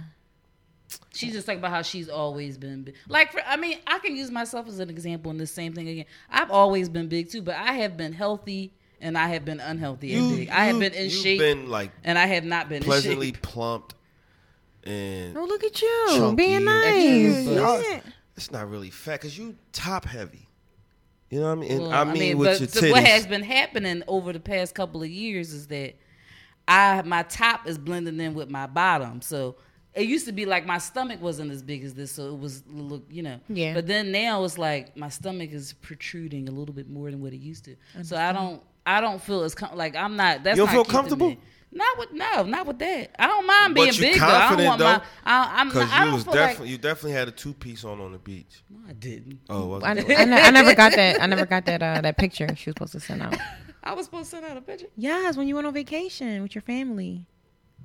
She's just talking about how she's always been big. Like, for, I mean, I can use myself as an example in the same thing again. I've always been big too, but I have been healthy and I have been unhealthy and big. I have been in you've shape been like and I have not been pleasantly in shape. plumped, and Oh, look at you Chunky. being nice. Extra Yeah, butt. y'all- It's not really fat because you top heavy. You know what I mean? And Well, I, mean, with but your so titties. what has been happening over the past couple of years is that I my top is blending in with my bottom. So it used to be like my stomach wasn't as big as this, so it was look, you know. Yeah. But then now it's like my stomach is protruding a little bit more than what it used to. So I don't I don't feel as com- like I'm not. That's You don't not feel keeping comfortable? me- Not with no, not with that. I don't mind being But you big though. I don't confident, want my. I, I'm not, Because I you don't was feel definitely like. you definitely had a two piece on on the beach. No, I didn't. Oh, I, wasn't it? I, ne- I never got that. I never got that. Uh, that picture she was supposed to send out. I was supposed to send out a picture. Yes, when you went on vacation with your family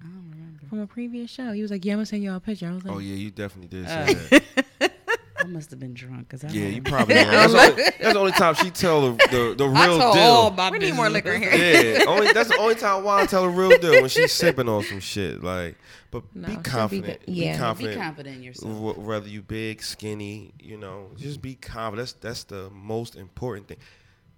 I don't remember. from a previous show, he was like, "Yeah, I'm gonna send y'all a picture." I was like, oh yeah, you definitely did Uh, say that. I must have been drunk because I. Yeah, don't you probably. Right. That's, the only, that's the only time she tell the the, the I real told deal. all my "We need more business. liquor in here." yeah, only that's the only time why I tell the real deal when she's sipping on some shit. Like, but No, be she'll be confident. good. be Yeah. Be confident. Be confident in yourself. Wh- whether you big, skinny, you know, just be confident. That's that's the most important thing.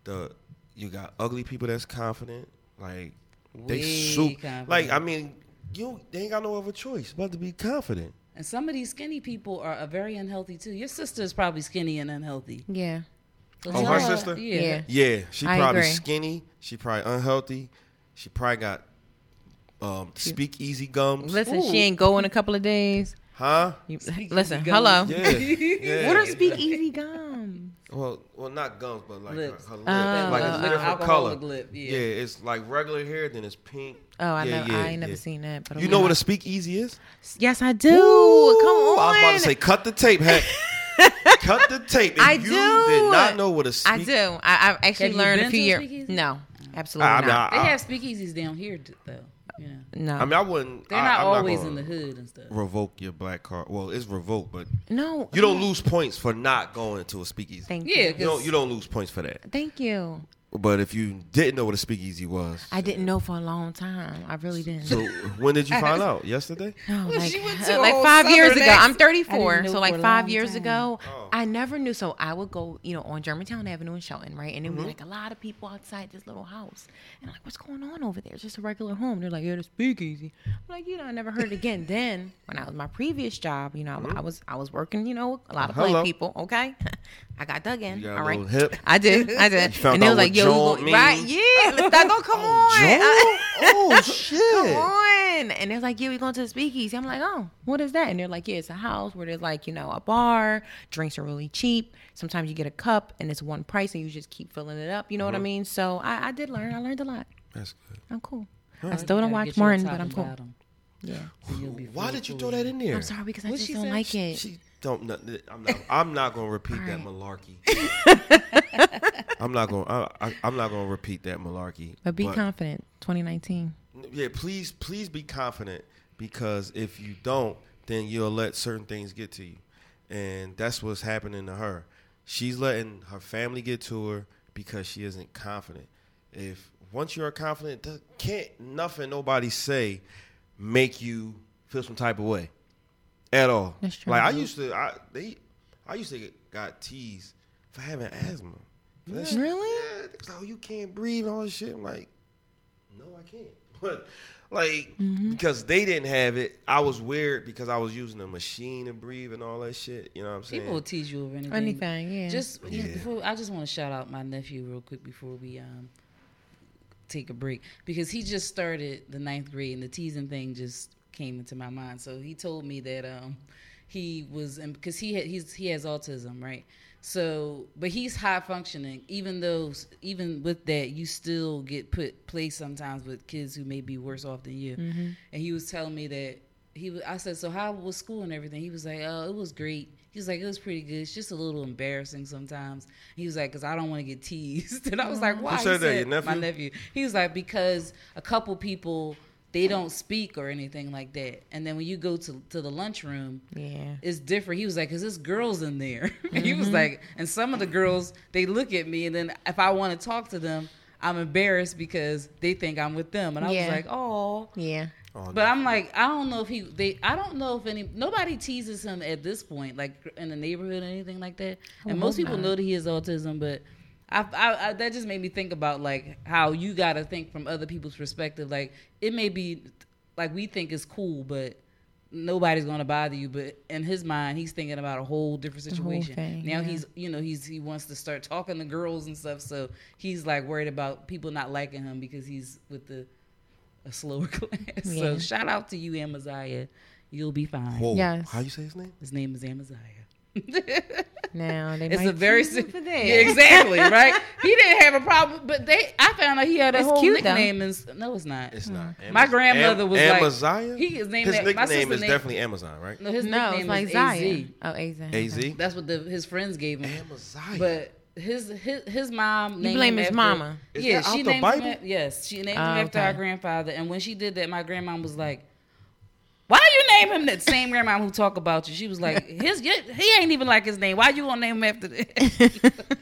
The you got ugly people that's confident, like they Way soup. confident. Like I mean, you they ain't got no other choice but to be confident. And some of these skinny people are, are very unhealthy too. Your sister is probably skinny and unhealthy. "Yeah, So Oh, tell her sister? Yeah. Yeah. Yeah, she I probably agree. skinny. She probably unhealthy. She probably got um, speakeasy gums. listen, Ooh. she ain't go in a couple of days." Huh? You, Speakeasy listen, gums. hello. Yeah. yeah. What are speakeasy gums? Well, well, not gums, but like Lips. her, her lips. Oh, like it's oh, different oh. color. Alcoholic lip, yeah. it's like regular hair, then it's pink. Oh, I yeah, never, yeah, I ain't never yeah. seen that. But You know what a speakeasy is? Yes, I do. Come Ooh, on. I was about to say, cut the tape, heck. cut the tape. If I you do. did not know what a I sneak- do. I, I've Have actually you learned been a few to a years. speakeasy? No, absolutely I mean, not. I, They I- have speakeasies down here t- though. You know, no, I mean, I wouldn't. they're I- not I'm always gonna in the hood and stuff. Revoke your black card. Well, it's revoked, but no. you don't lose points for not going to a speakeasy. Thank Yeah, you. you don't, you don't lose points for that. Thank you. But if you didn't know what a speakeasy was, I didn't know for a long time. I really didn't. so when did you find out? Yesterday. Well, No, Oh, like, uh, she went to a like whole five years Southern ago. I'm accent. I 34, didn't know so for like a five long years time. ago, Oh. I never knew. So I would go, you know, on Germantown Avenue in Shelton, right? And it Mm-hmm. would be like a lot of people outside this little house, and I'm like, what's going on over there? It's just a regular home. They're like, yeah, it's speakeasy. I'm like, you know, I never heard it again. then when I was my previous job, you know, I- I was I was working, you know, a lot of Mm-hmm. Uh, Hello. black people. Okay, I got dug in. You got a All right. little hip. I did, I did, found and they out was like, what "Yo, jolt you go- right? means? Yeah, let's not go. Come on, Oh, oh Come shit! on. And they're like, yeah, we're going to the speakeasy. I'm like, oh, what is that? And they're like, yeah, it's a house where there's like, you know, a bar. Drinks are really cheap. Sometimes you get a cup and it's one price and you just keep filling it up. You know Uh-huh. what I mean? So I, I did learn. I learned a lot. That's good. I'm cool. I still don't Gotta watch get you a Martin, top but I'm and cool. bottom, Yeah. so you'll be Why full did you fully. throw that in there? I'm sorry because I What'd just she don't say? like it. She don't. no, I'm not. I'm not gonna repeat that malarkey. I'm not gonna. I, I, I'm not gonna repeat that malarkey. but be confident. 2019. Yeah, please, please be confident because if you don't, then you'll let certain things get to you, and that's what's happening to her. She's letting her family get to her because she isn't confident. If once you are confident, th- can't nothing nobody say make you feel some type of way at all. That's true. Like I used to, I they, I used to get, got teased for having asthma. For that shit. Really? Yeah, they was like, oh, you can't breathe and all this shit. I'm like, no, I can't. But like because they didn't have it, I was weird because I was using a machine to breathe and all that shit. You know what I'm saying? People will tease you over anything. Anything, yeah. Just Yeah. before, I just want to shout out my nephew real quick before we um take a break because he just started the ninth grade and the teasing thing just came into my mind. So he told me that um he was because he had, he's he has autism right. So, but he's high functioning. Even though, even with that, you still get put place sometimes with kids who may be worse off than you. And he was telling me that he was, I said, so how was school and everything? He was like, oh, it was great. He was like, it was pretty good. It's just a little embarrassing sometimes. He was like, because I don't want to get teased. And I was like, why? He said that, your My nephew? nephew. He was like, because a couple people, they don't speak or anything like that. And then when you go to, to the lunchroom, Yeah. it's different. He was like, because there's girls in there. And he was like, and some of the girls, they look at me, and then if I want to talk to them, I'm embarrassed because they think I'm with them. And I Yeah. was like, oh. Yeah. Oh, But I'm like, I don't know if he, they, I don't know if any, nobody teases him at this point, like in the neighborhood or anything like that. And most hope people not. know that he has autism, but I, I, I, that just made me think about like how you got to think from other people's perspective. Like it may be, like we think is cool, but nobody's going to bother you. But in his mind, he's thinking about a whole different whole situation. thing, now yeah. he's, you know, he's he wants to start talking to girls and stuff, so he's like worried about people not liking him because he's with the a slower class. Yeah. So shout out to you, Amaziah. You'll be fine. Whoa, Yes. how you say his name? His name is Amaziah. Now they It's might a very tease you si- for yeah, that. exactly right. he didn't have a problem, but they I found out he had a It's whole cute, though. nickname. And, s- no, it's not. It's not. Mm-hmm. My Amaz- grandmother was like- Amaziah? He is named His that- my Mm-hmm. nickname sister is named- definitely Amazon, right? No, his No, it's nickname like is Zaya. AZ. Oh, Azen. A Z. That's what the, his friends gave him. Amaziah. But his his his mom. named blame him his after- mama. Is yeah, that out she the named Bible? him. a- Yes, she named Oh, him after our okay. grandfather. And when she did that, my grandma was like, "Why you name him that same grandma who talk about you?" She was like, "His he ain't even like his name. Why you gonna name him after that?"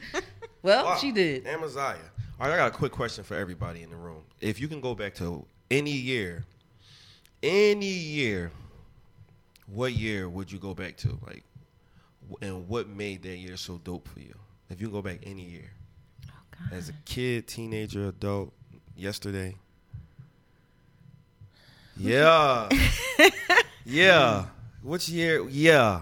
well, Wow. she did. Amaziah. All right, I got a quick question for everybody in the room. If you can go back to any year, any year, what year would you go back to? Like, wh- and what made that year so dope for you? If you can go back any year, as a kid, teenager, adult, yesterday. Yeah. yeah. Which year? Yeah.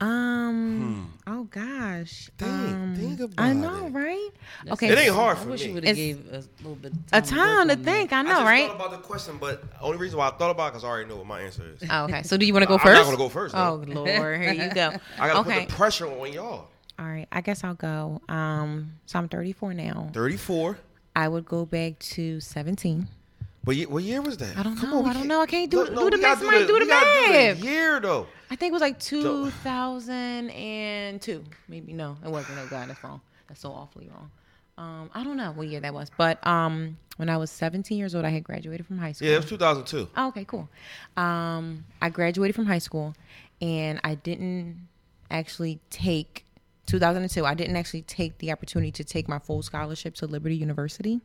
Um. Hmm. Oh gosh. Think- um, think I about know, it. right? That's Okay. It ain't hard I for wish me. you would have It's- gave a little bit of time a work time to on that. think. I I know, just right? thought about the question, but the only reason why I thought about it because I already know what my answer is. Oh, okay. So do you want to go I'm 1st not gonna go first, Oh Lord, here you go. I gotta okay. put the pressure on y'all. All right. I guess I'll go. Um. So I'm 34 now. 34. I would go back to 17. But ye- what year was that? I don't Come know. On, we I don't can't- know. I can't do- Look, do the we gotta math, Mike, do the we gotta math. year though. I think it was like 2002, maybe. No, it wasn't. Oh God, that's wrong. That's so awfully wrong. Um, I don't know what year that was, but um, when I was 17 years old, I had graduated from high school. Yeah, it was 2002. Oh, okay, cool. Um, I graduated from high school, and I didn't actually take 2002. I didn't actually take the opportunity to take my full scholarship to Liberty University,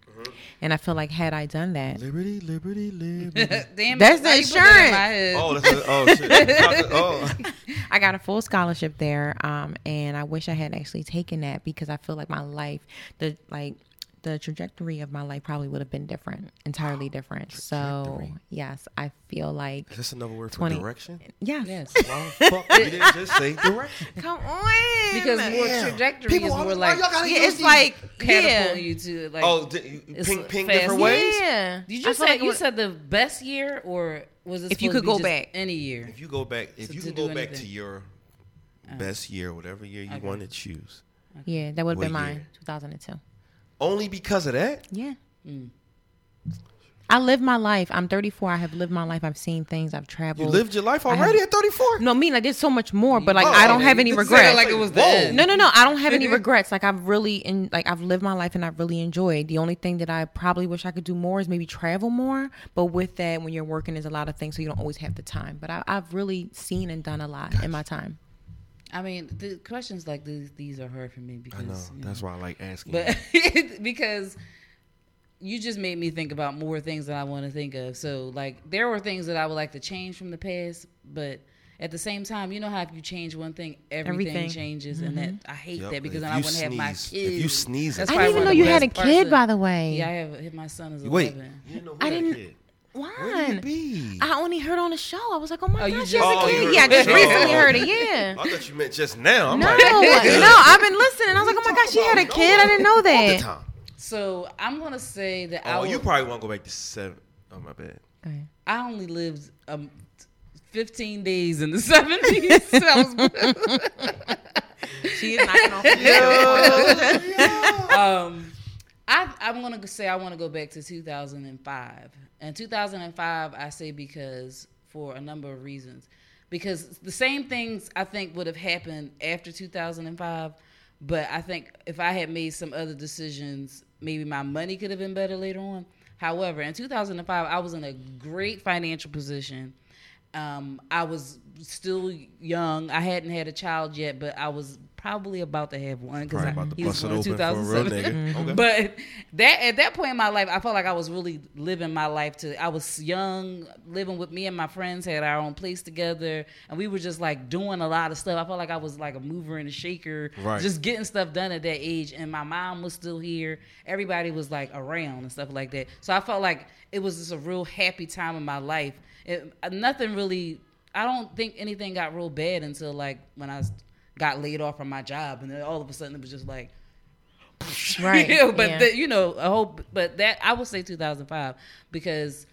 and I feel like had I done that, Liberty, liberty, liberty. Damn, That's why the you put that in insurance. my head? oh, that's a, oh shit. Oh, I got a full scholarship there, um, and I wish I had actually taken that because I feel like my life, the like the trajectory of my life probably would have been different, entirely different. So yes, I feel like that's another word for 20. direction. yes. Yes. Why the fuck you didn't just say direction? Come on, Because more Damn. trajectory People, is why- more why like y'all gotta Yeah, use it's these- like yeah. catapult you to like. oh, d- you It's ping, ping fast. different ways. Yeah. did you I say feel like you it said the best year or was it? If you supposed could to be go just back. any year. If you go back, if So you to can go do back to anything. your Uh-huh. best year, whatever year you Okay. want to choose, would- yeah, that would have What been mine, year? 2002. only because of that. Yeah. I live my life. I'm 34. I have lived my life. I've seen things. I've You traveled. lived your life already at 34. No, I mean like there's so much more, but like Oh, I don't have you any said it regrets. like it was the whoa. end. No, no, no. I don't have any regrets. Like I've really in like I've lived my life and I've really enjoyed. The only thing that I probably wish I could do more is maybe travel more. But with that, when you're working, there's a lot of things, so you don't always have the time. But I, I've really seen and done a lot in my time. I mean, the questions like these, these are hard for me because I know. you know. That's why I like asking. but because you just made me think about more things that I want to think of. So like there were things that I would like to change from the past, but at the same time, you know how if you change one thing, everything, Everything. Mm-hmm. changes, and that I hate Yep, that because if then I you wouldn't have my kids. sneeze- if you sneeze, That's I I didn't probably didn't even even one know of you the had a best kid, parts by of- the way. Yeah, I have. Hit my son is Wait. eleven. You didn't know who I that didn't- kid- where did One. he be? I only heard on the show. I was like, oh my Oh, you just- gosh, she has Oh, a you kid. heard Yeah, I on the just show. recently heard it. I Yeah. thought you meant just now. I'm No, like, no, I've been listening. I was like, oh my gosh, she had a kid. I didn't know all the that. time. So I'm gonna say that I Oh, will- you probably won't go back to seven. Oh my bad. Go ahead. I only lived um, 15 days in the 70s. So I was- She is knocking off. um, I, I'm going to say I want to go back to 2005. And 2005, I say because for a number of reasons. Because the same things I think would have happened after 2005, but I think if I had made some other decisions, maybe my money could have been better later on. However, in 2005, I was in a great financial position. Um, I was still young. I hadn't had a child yet, but I was probably about to have one because Probably about to he was bust it born in open for a real 2007. nigga. Okay. But that at that point in my life, I felt like I was really living my life. To I was young, living with me and my friends, had our own place together, and we were just like doing a lot of stuff. I felt like I was like a mover and a shaker, Right. just getting stuff done at that age. And my mom was still here. Everybody was like around and stuff like that. So I felt like it was just a real happy time in my life. It, nothing really. I don't think anything got real bad until like when I s- got laid off from my job, and then all of a sudden it was just like Right, yeah, but yeah. the- you know, a whole. But that I would say 2005 because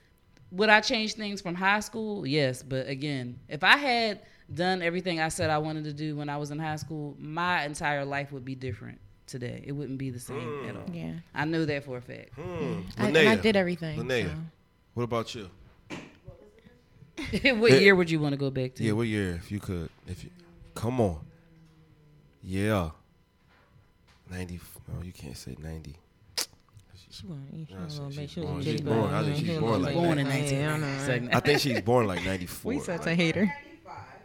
would I change things from high school? Yes, but again, if I had done everything I said I wanted to do when I was in high school, my entire life would be different today. It wouldn't be the same at Mm. all. Yeah. I know that for a fact. I- and I did everything, Linnea, so. what about you? what year would you want to go back to? Mm. Yeah, what year if you could? If you come on, yeah, ninety. No, you can't say ninety. She won't eat Nah, she- a little bit. she's She was born- a she's bitch, born. but- I think she's Yeah, born like Born in that. Yeah, I don't know. 1997. I think she's born like ninety four. We such a hater.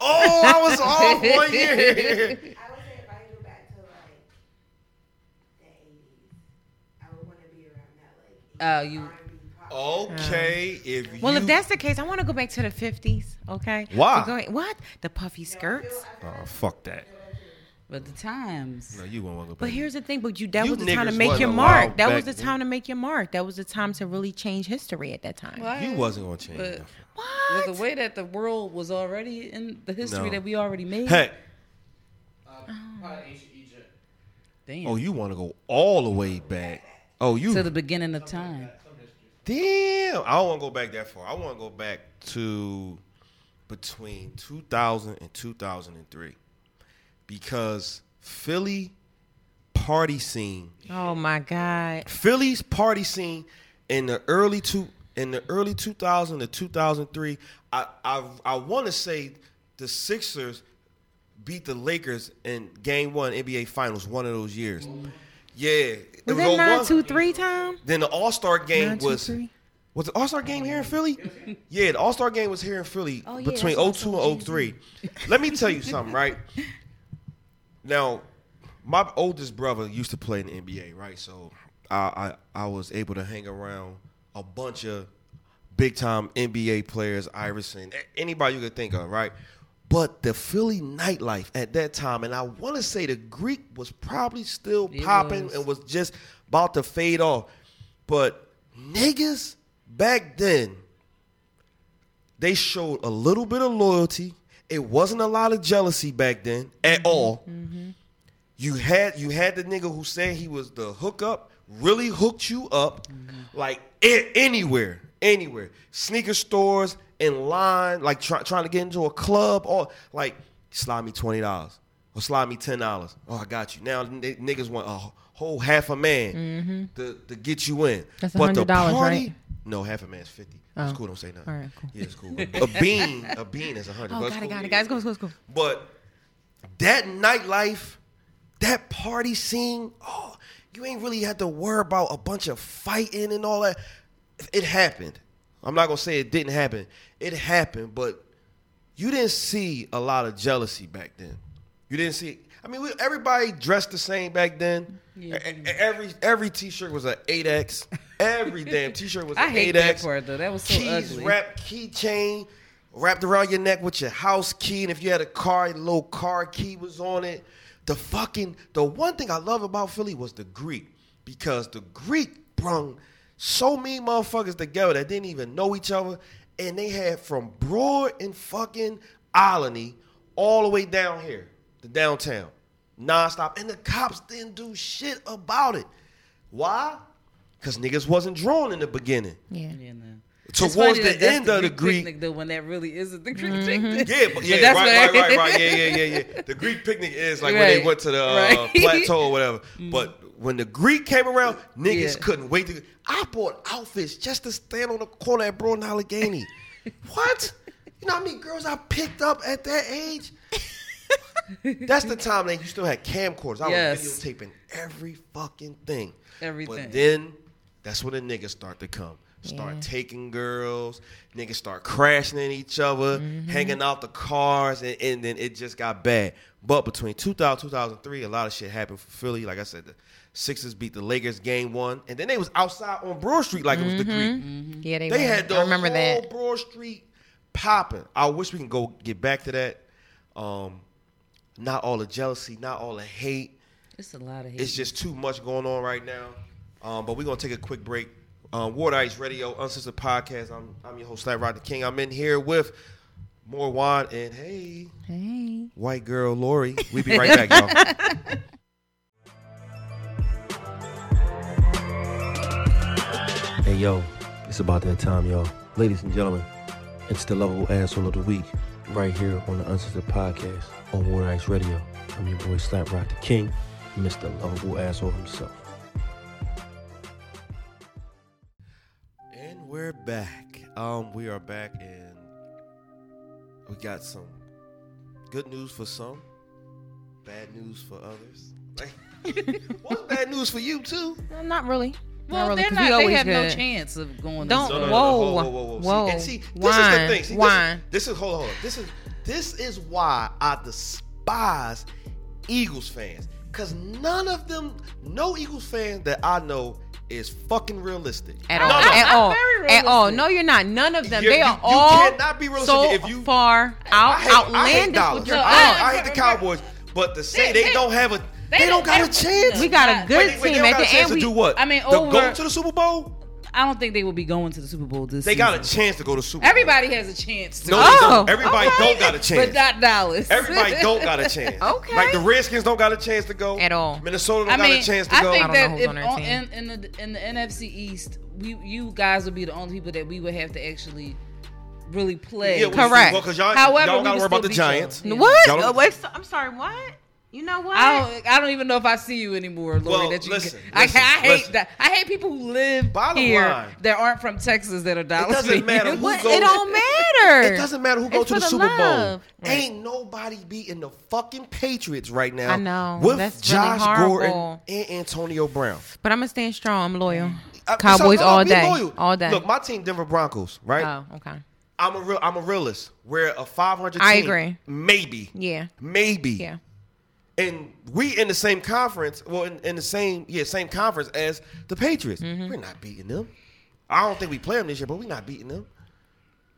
oh, I was off one year. I would say if I go back to like the eighties, I would want to be around that like Uh, you. R&B pop. Okay, if you, Well, if that's the case, I want to go back to the fifties. Okay. Why? So go ahead- what? The puffy skirts. oh fuck that. But the times. No, you won't want to go. But back. here's the thing. But you, that You was the time to niggas make your wasn't allowed mark. That was the back time to make your mark. That was the time to really change history at that time. you wasn't gonna change. But- nothing. What? Well, the way that the world was already in the history No. that we already made. Hey, Probably ancient Egypt. Damn. oh, you want to go all the way back? Oh, you to the beginning of time. Damn, I don't want to go back that far. I want to go back to between 2000 and 2003 because Philly party scene, oh my God. Philly's party scene in the early two in the early 2000 to 2003, I I, I want to say the Sixers beat the Lakers in Game One NBA Finals one of those years. Yeah, it Was on that nine one- two three time? Then the All Star game Nine, two, was three? was the All Star game here in Philly? Yeah, the All Star game was here in Philly Oh, yeah, between that's what 02 I told and 03. Let me tell you something, right? Now, my oldest brother used to play in the NBA, right? So I I, I was able to hang around a bunch of big time NBA players, Iverson, a- anybody you could think of, right? But the Philly nightlife at that time, and I want to say the Greek was probably still It popping was. and was just about to fade off. But niggas back then, they showed a little bit of loyalty. It wasn't a lot of jealousy back then Mm-hmm. at all. You had you had the nigga who said he was the hookup, really hooked you up, Mm-hmm. like a- anywhere, anywhere, sneaker stores, in line, like try, trying to get into a club, or like slide me twenty dollars or slide me ten dollars. Oh, I got you. Now n- niggas want a whole half a man to, to get you in. Mm-hmm. That's But the $100, party- right? No, half a man's fifty. It's Oh. cool. Don't say nothing. All right, cool. Yeah, it's cool. a bean, a bean is a hundred. Oh, but it's got cool. it, got Yeah, it, guys. yeah, Go, yeah. go, go. But that nightlife, that party scene, oh, you ain't really had to worry about a bunch of fighting and all that. It happened. I'm not gonna say it didn't happen. It happened, but you didn't see a lot of jealousy back then. You didn't see. I mean, we, everybody dressed the same back then. Yeah. E- e- Every every t-shirt was an 8x. Every damn t-shirt was an I hate 8x that part though. That was so keys ugly. wrapped keychain wrapped around your neck with your house key and if you had a car a little car key was on it the fucking the one thing i love about philly was the greek because the greek brung so many motherfuckers together that didn't even know each other and they had from broad and fucking Alany all the way down here to downtown nonstop and the cops didn't do shit about it why because niggas wasn't drawn in the beginning Yeah. Yeah, no. towards It's funny the that that's end of the Greek. Mm-hmm. picnic, though, when that really isn't the Greek picnic. Yeah, but But yeah, that's right, right, what- right, right. Yeah, yeah, yeah, yeah. The Greek picnic is like when they Right, went to the uh, right. Mm. plateau or whatever. But when the Greek came around, niggas Yeah. couldn't wait to. I bought outfits just to stand on the corner at Broad and Allegheny. what? You know how many girls I picked up at that age? That's the time that you still had camcorders. I Yes. was videotaping every fucking thing. Everything. But then that's when the niggas start to come. Start taking girls. Niggas start crashing in each other, Mm-hmm. hanging out the cars, and, and then it just got bad. But between 2000 2003, a lot of shit happened for Philly. Like I said, the Sixers beat the Lakers game one, and then they was outside on Broad Street like it was the Greek. Mm-hmm. Mm-hmm. Yeah, they, They were. had the I remember whole that. Broad Street popping. I wish we can go get back to that. Um, not all the jealousy, not all the hate. It's a lot of hate. It's just too much going on right now. Um, but we're gonna take a quick break. Um, Ward Ice Radio, Uncensored Podcast. I'm I'm your host, Slat Rock the King. I'm in here with more wine and hey, Hey. white girl Lori. We be right back, y'all. Hey yo, it's about that time, y'all. Ladies and gentlemen, it's the lovable asshole of the week, right here on the Uncensored Podcast on Ward Ice Radio. I'm your boy Slap Rock the King, Mr. Lovable Asshole himself. And we're back. Um, we are back and we got some good news for some, bad news for others. What's bad news for you too? No, not really. well, really, they're 'cause not. we They always have no good. chance of going. Don't- this No, no, way. no, no, Whoa, whoa, whoa, whoa, whoa. whoa. See, and see, this is the Wine, thing. See, wine. This, is, this is hold on, hold on. This is this is why I despise Eagles fans. Cause none of them, no Eagles fan that I know is fucking realistic. At None all. of them. at all. very At all. No, you're not. None of them. You- they you- are you all cannot be realistic so if you- far I out, hate, I hate outlandish Dallas. with your No, I, odds. I hate the Cowboys, but to say They- they, they- don't have a, they, don't got a chance. We got a Wait, good Wait, wait, they team. don't At got a the chance end, to we, do what? I mean, To go over- to the Super Bowl. I don't think they will be going to the Super Bowl this. They got a season. chance to go to Super. Bowl. Everybody has a chance. To No, go. they Oh, don't. everybody don't got a chance. But not Dallas. Everybody don't got a chance. Okay. Like the Redskins don't got a chance to go At all. Minnesota don't I got mean, a chance to I go. think I don't know that who's if on their on, team. in, in the in the NFC East, we you guys would be the only people that we would have to actually really play. Yeah, well, Correct. Well, because y'all, However, y'all we gotta would worry about the still beat y'all. Giants. Yeah. What? Y'all don't- Oh, wait, so- I'm sorry. What? You know what? I don't, I don't even know if I see you anymore, Lori. Well, that you listen, I, listen, I hate listen. that. I hate people who live Bottom here line. that aren't from Texas that are Dallas. doesn't fans. matter who What? goes- It don't matter. It doesn't matter who goes It's to the, for the Super love. Bowl. Ain't nobody beating the fucking Patriots right now. I know. With That's really Josh Gordon horrible. and Antonio Brown. But I'm gonna stand strong. I'm loyal. I- Cowboys so, no, all be day, loyal. all day. Look, my team, Denver Broncos, right? oh, okay. I'm a real, I'm a realist. We're a 500. I team. agree. Maybe. Yeah. Maybe. Yeah. And we in the same conference, well, in, in the same yeah same conference as the Patriots. Mm-hmm. We're not beating them. I don't think we play them this year, but we're not beating them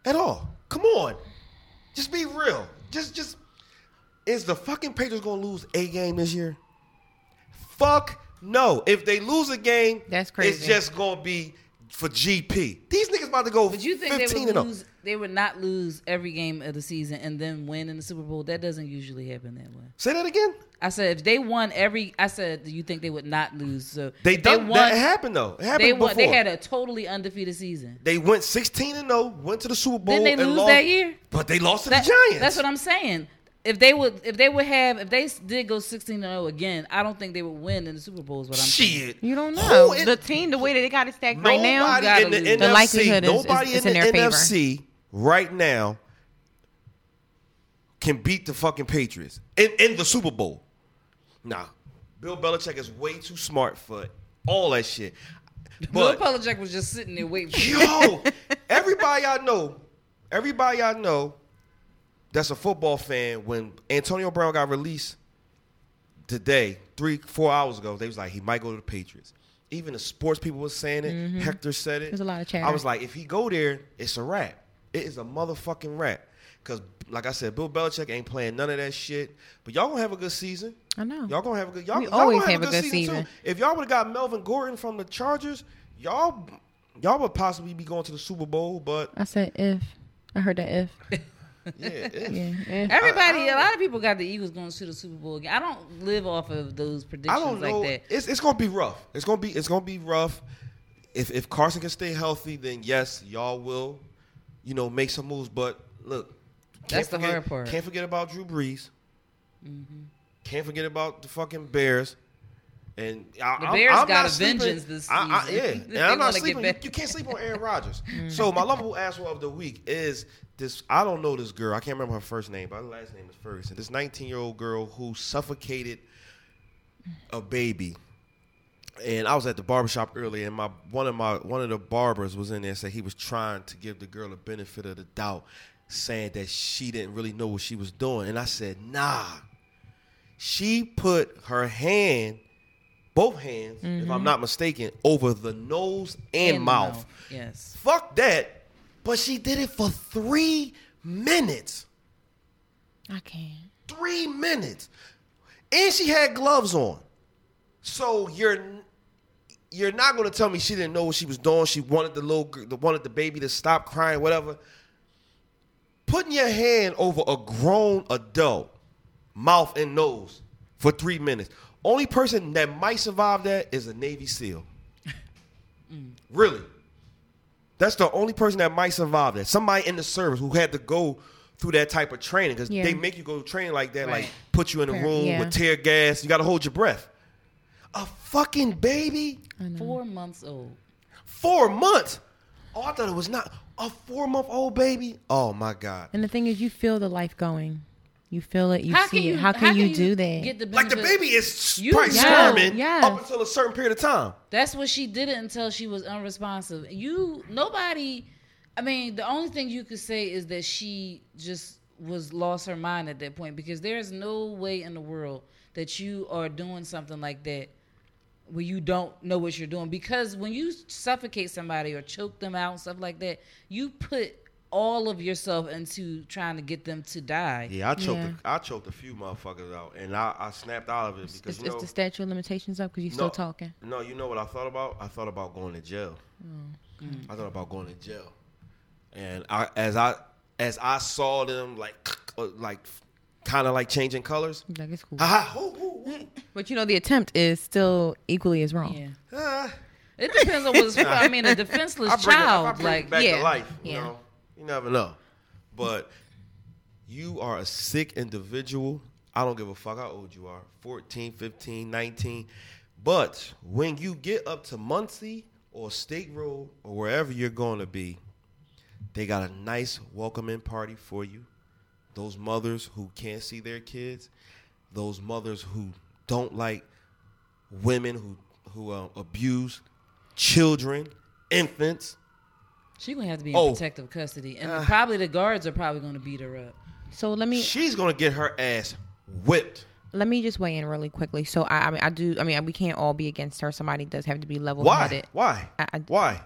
at all. Come on, just be real. Just just is the fucking Patriots gonna lose a game this year? Fuck no. If they lose a game, It's That's crazy. just gonna be for GP. These niggas about to go But you think 15 they would and oh. lose? They would not lose every game of the season and then win in the Super Bowl. That doesn't usually happen that way. 0. Say that again. I said if they won every, I said do you think they would not lose? So They if done that happened though. It happened they before. won. They had a totally undefeated season. They went 16 and 0, went to the Super Bowl. Didn't they and lose lost, that year? But they lost to That- the Giants. That's what I'm saying. If they would, if they would have, if they did go 16 and 0 again, I don't think they would win in the Super Bowl. Is what I'm saying. Shit. You don't Who know in- the team, the way that they got it stacked right nobody now. got- gotta in the, lose. NFC, The likelihood is- nobody is- is in, in the their favor. NFC right now can beat the fucking Patriots in, in the Super Bowl. Nah. Bill Belichick is way too smart for all that shit. Bill But Belichick was just sitting there waiting. For Yo, everybody I know, everybody I know that's a football fan, when Antonio Brown got released today, three, four hours ago, they was like, he might go to the Patriots. Even the sports people was saying it. Hector said it. Mm-hmm. There's a lot of chatter. I was like, if he go there, it's a wrap. It is a motherfucking wrap. Because, like I said, Bill Belichick ain't playing none of that shit. But y'all gonna have a good season. I know. Y'all gonna have a good. Y'all, We y'all always gonna have, a good, season, season. too. If y'all would have got Melvin Gordon from the Chargers, y'all y'all would possibly be going to the Super Bowl. But I said if. I heard that if. yeah, it- Yeah. Everybody, a lot of people got the Eagles going to the Super Bowl again. I don't live off of those I predictions don't know. like that. It's it's gonna be rough. It's gonna be it's gonna be rough. If if Carson can stay healthy, then yes, y'all will, you know, make some moves. But look, can't That's the forget- hard part. Mm-hmm. Can't forget about Drew Brees. Can't forget about the fucking Bears. And I, The I'm- Bears I'm got not a sleeping- vengeance this I- I- season. yeah, and They I'm not wanna get sleeping. You, back. Mm. you can't sleep on Aaron Rodgers. so my lovable asshole of the week is this. I don't know this girl. I can't remember her first name, but her last name is Ferguson. This 19 year old girl who suffocated a baby. And I was at the barbershop earlier, and my one of my one of the barbers was in there and said he was trying to give the girl the benefit of the doubt, saying that she didn't really know what she was doing. And I said, Nah. She put her hand, both hands, if I'm not mistaken, over the nose Mm-hmm. and, And mouth. Yes. Fuck that. But she did it for three minutes. I can't. Three minutes. And she had gloves on. So you're you're not gonna tell me she didn't know what she was doing. She wanted the little, gr- the wanted the baby to stop crying, whatever. Putting your hand over a grown adult, mouth and nose, for three minutes. Only person that might survive that is a Navy SEAL. Really, that's the only person that might survive that. Somebody in the service who had to go through that type of training because Yeah. they make you go training like that, like Right. put you in a Fair, room yeah. with tear gas. You got to hold your breath. A fucking baby Mm. Four months old. four months. Oh, I thought it was not a four month old baby. Oh my god! And the thing is, you feel the life going. You feel it. You How see can you? it. How can you, do that? Get the Like the benefit- baby is You probably know. squirming Yeah. up until a certain period of time. That's what she did it until she was unresponsive. You nobody I mean, the only thing you could say is that she just was lost her mind at that point because there is no way in the world that you are doing something like that where you don't know what you're doing because when you suffocate somebody or choke them out and stuff like that, you put all of yourself into trying to get them to die. Yeah, I choked. Yeah. A, I choked a few motherfuckers out, and I, I snapped out of it because Is, you know, is the statute of limitations up? Because you're still no, talking. No, you know what I thought about? I thought about going to jail. I thought about going to jail, and I as I as I saw them like uh, like kind of like changing colors. Like it's cool. Ah, hoo, hoo, hoo. But you know, the attempt is still equally as wrong. Yeah. Ah. It depends on what's I mean a defenseless I bring it- if I child bring it like back to yeah, life. You yeah. know, you never know. But you are a sick individual, I don't give a fuck how old you are 14, 15, 19. But when you get up to Muncie or State Road or wherever you're going to be, they got a nice welcoming party for you. Those mothers who can't see their kids, those mothers who don't like women who who uh, abuse children, infants. She gonna have to be in Oh. protective custody, and Uh. probably the guards are probably gonna beat her up. So let me She's gonna get her ass whipped. let me just weigh in really quickly. So I, I mean, I do. I mean, we can't all be against her. Somebody does have to be level Why? headed. Why? I- I- Why?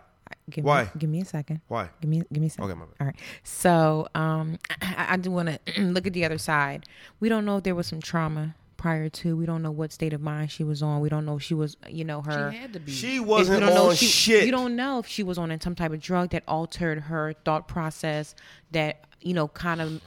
Give Why? Me, give me a second. Why? Give me give me a second. Okay, my bad. All right. So um, I, I do want to look at the other side. We don't know if there was some trauma prior to. We don't know what state of mind she was on. We don't know if she was, you know, her. She had to be. She if wasn't you don't know on if she, shit. You don't know if she was on some type of drug that altered her thought process, that you know, kind of,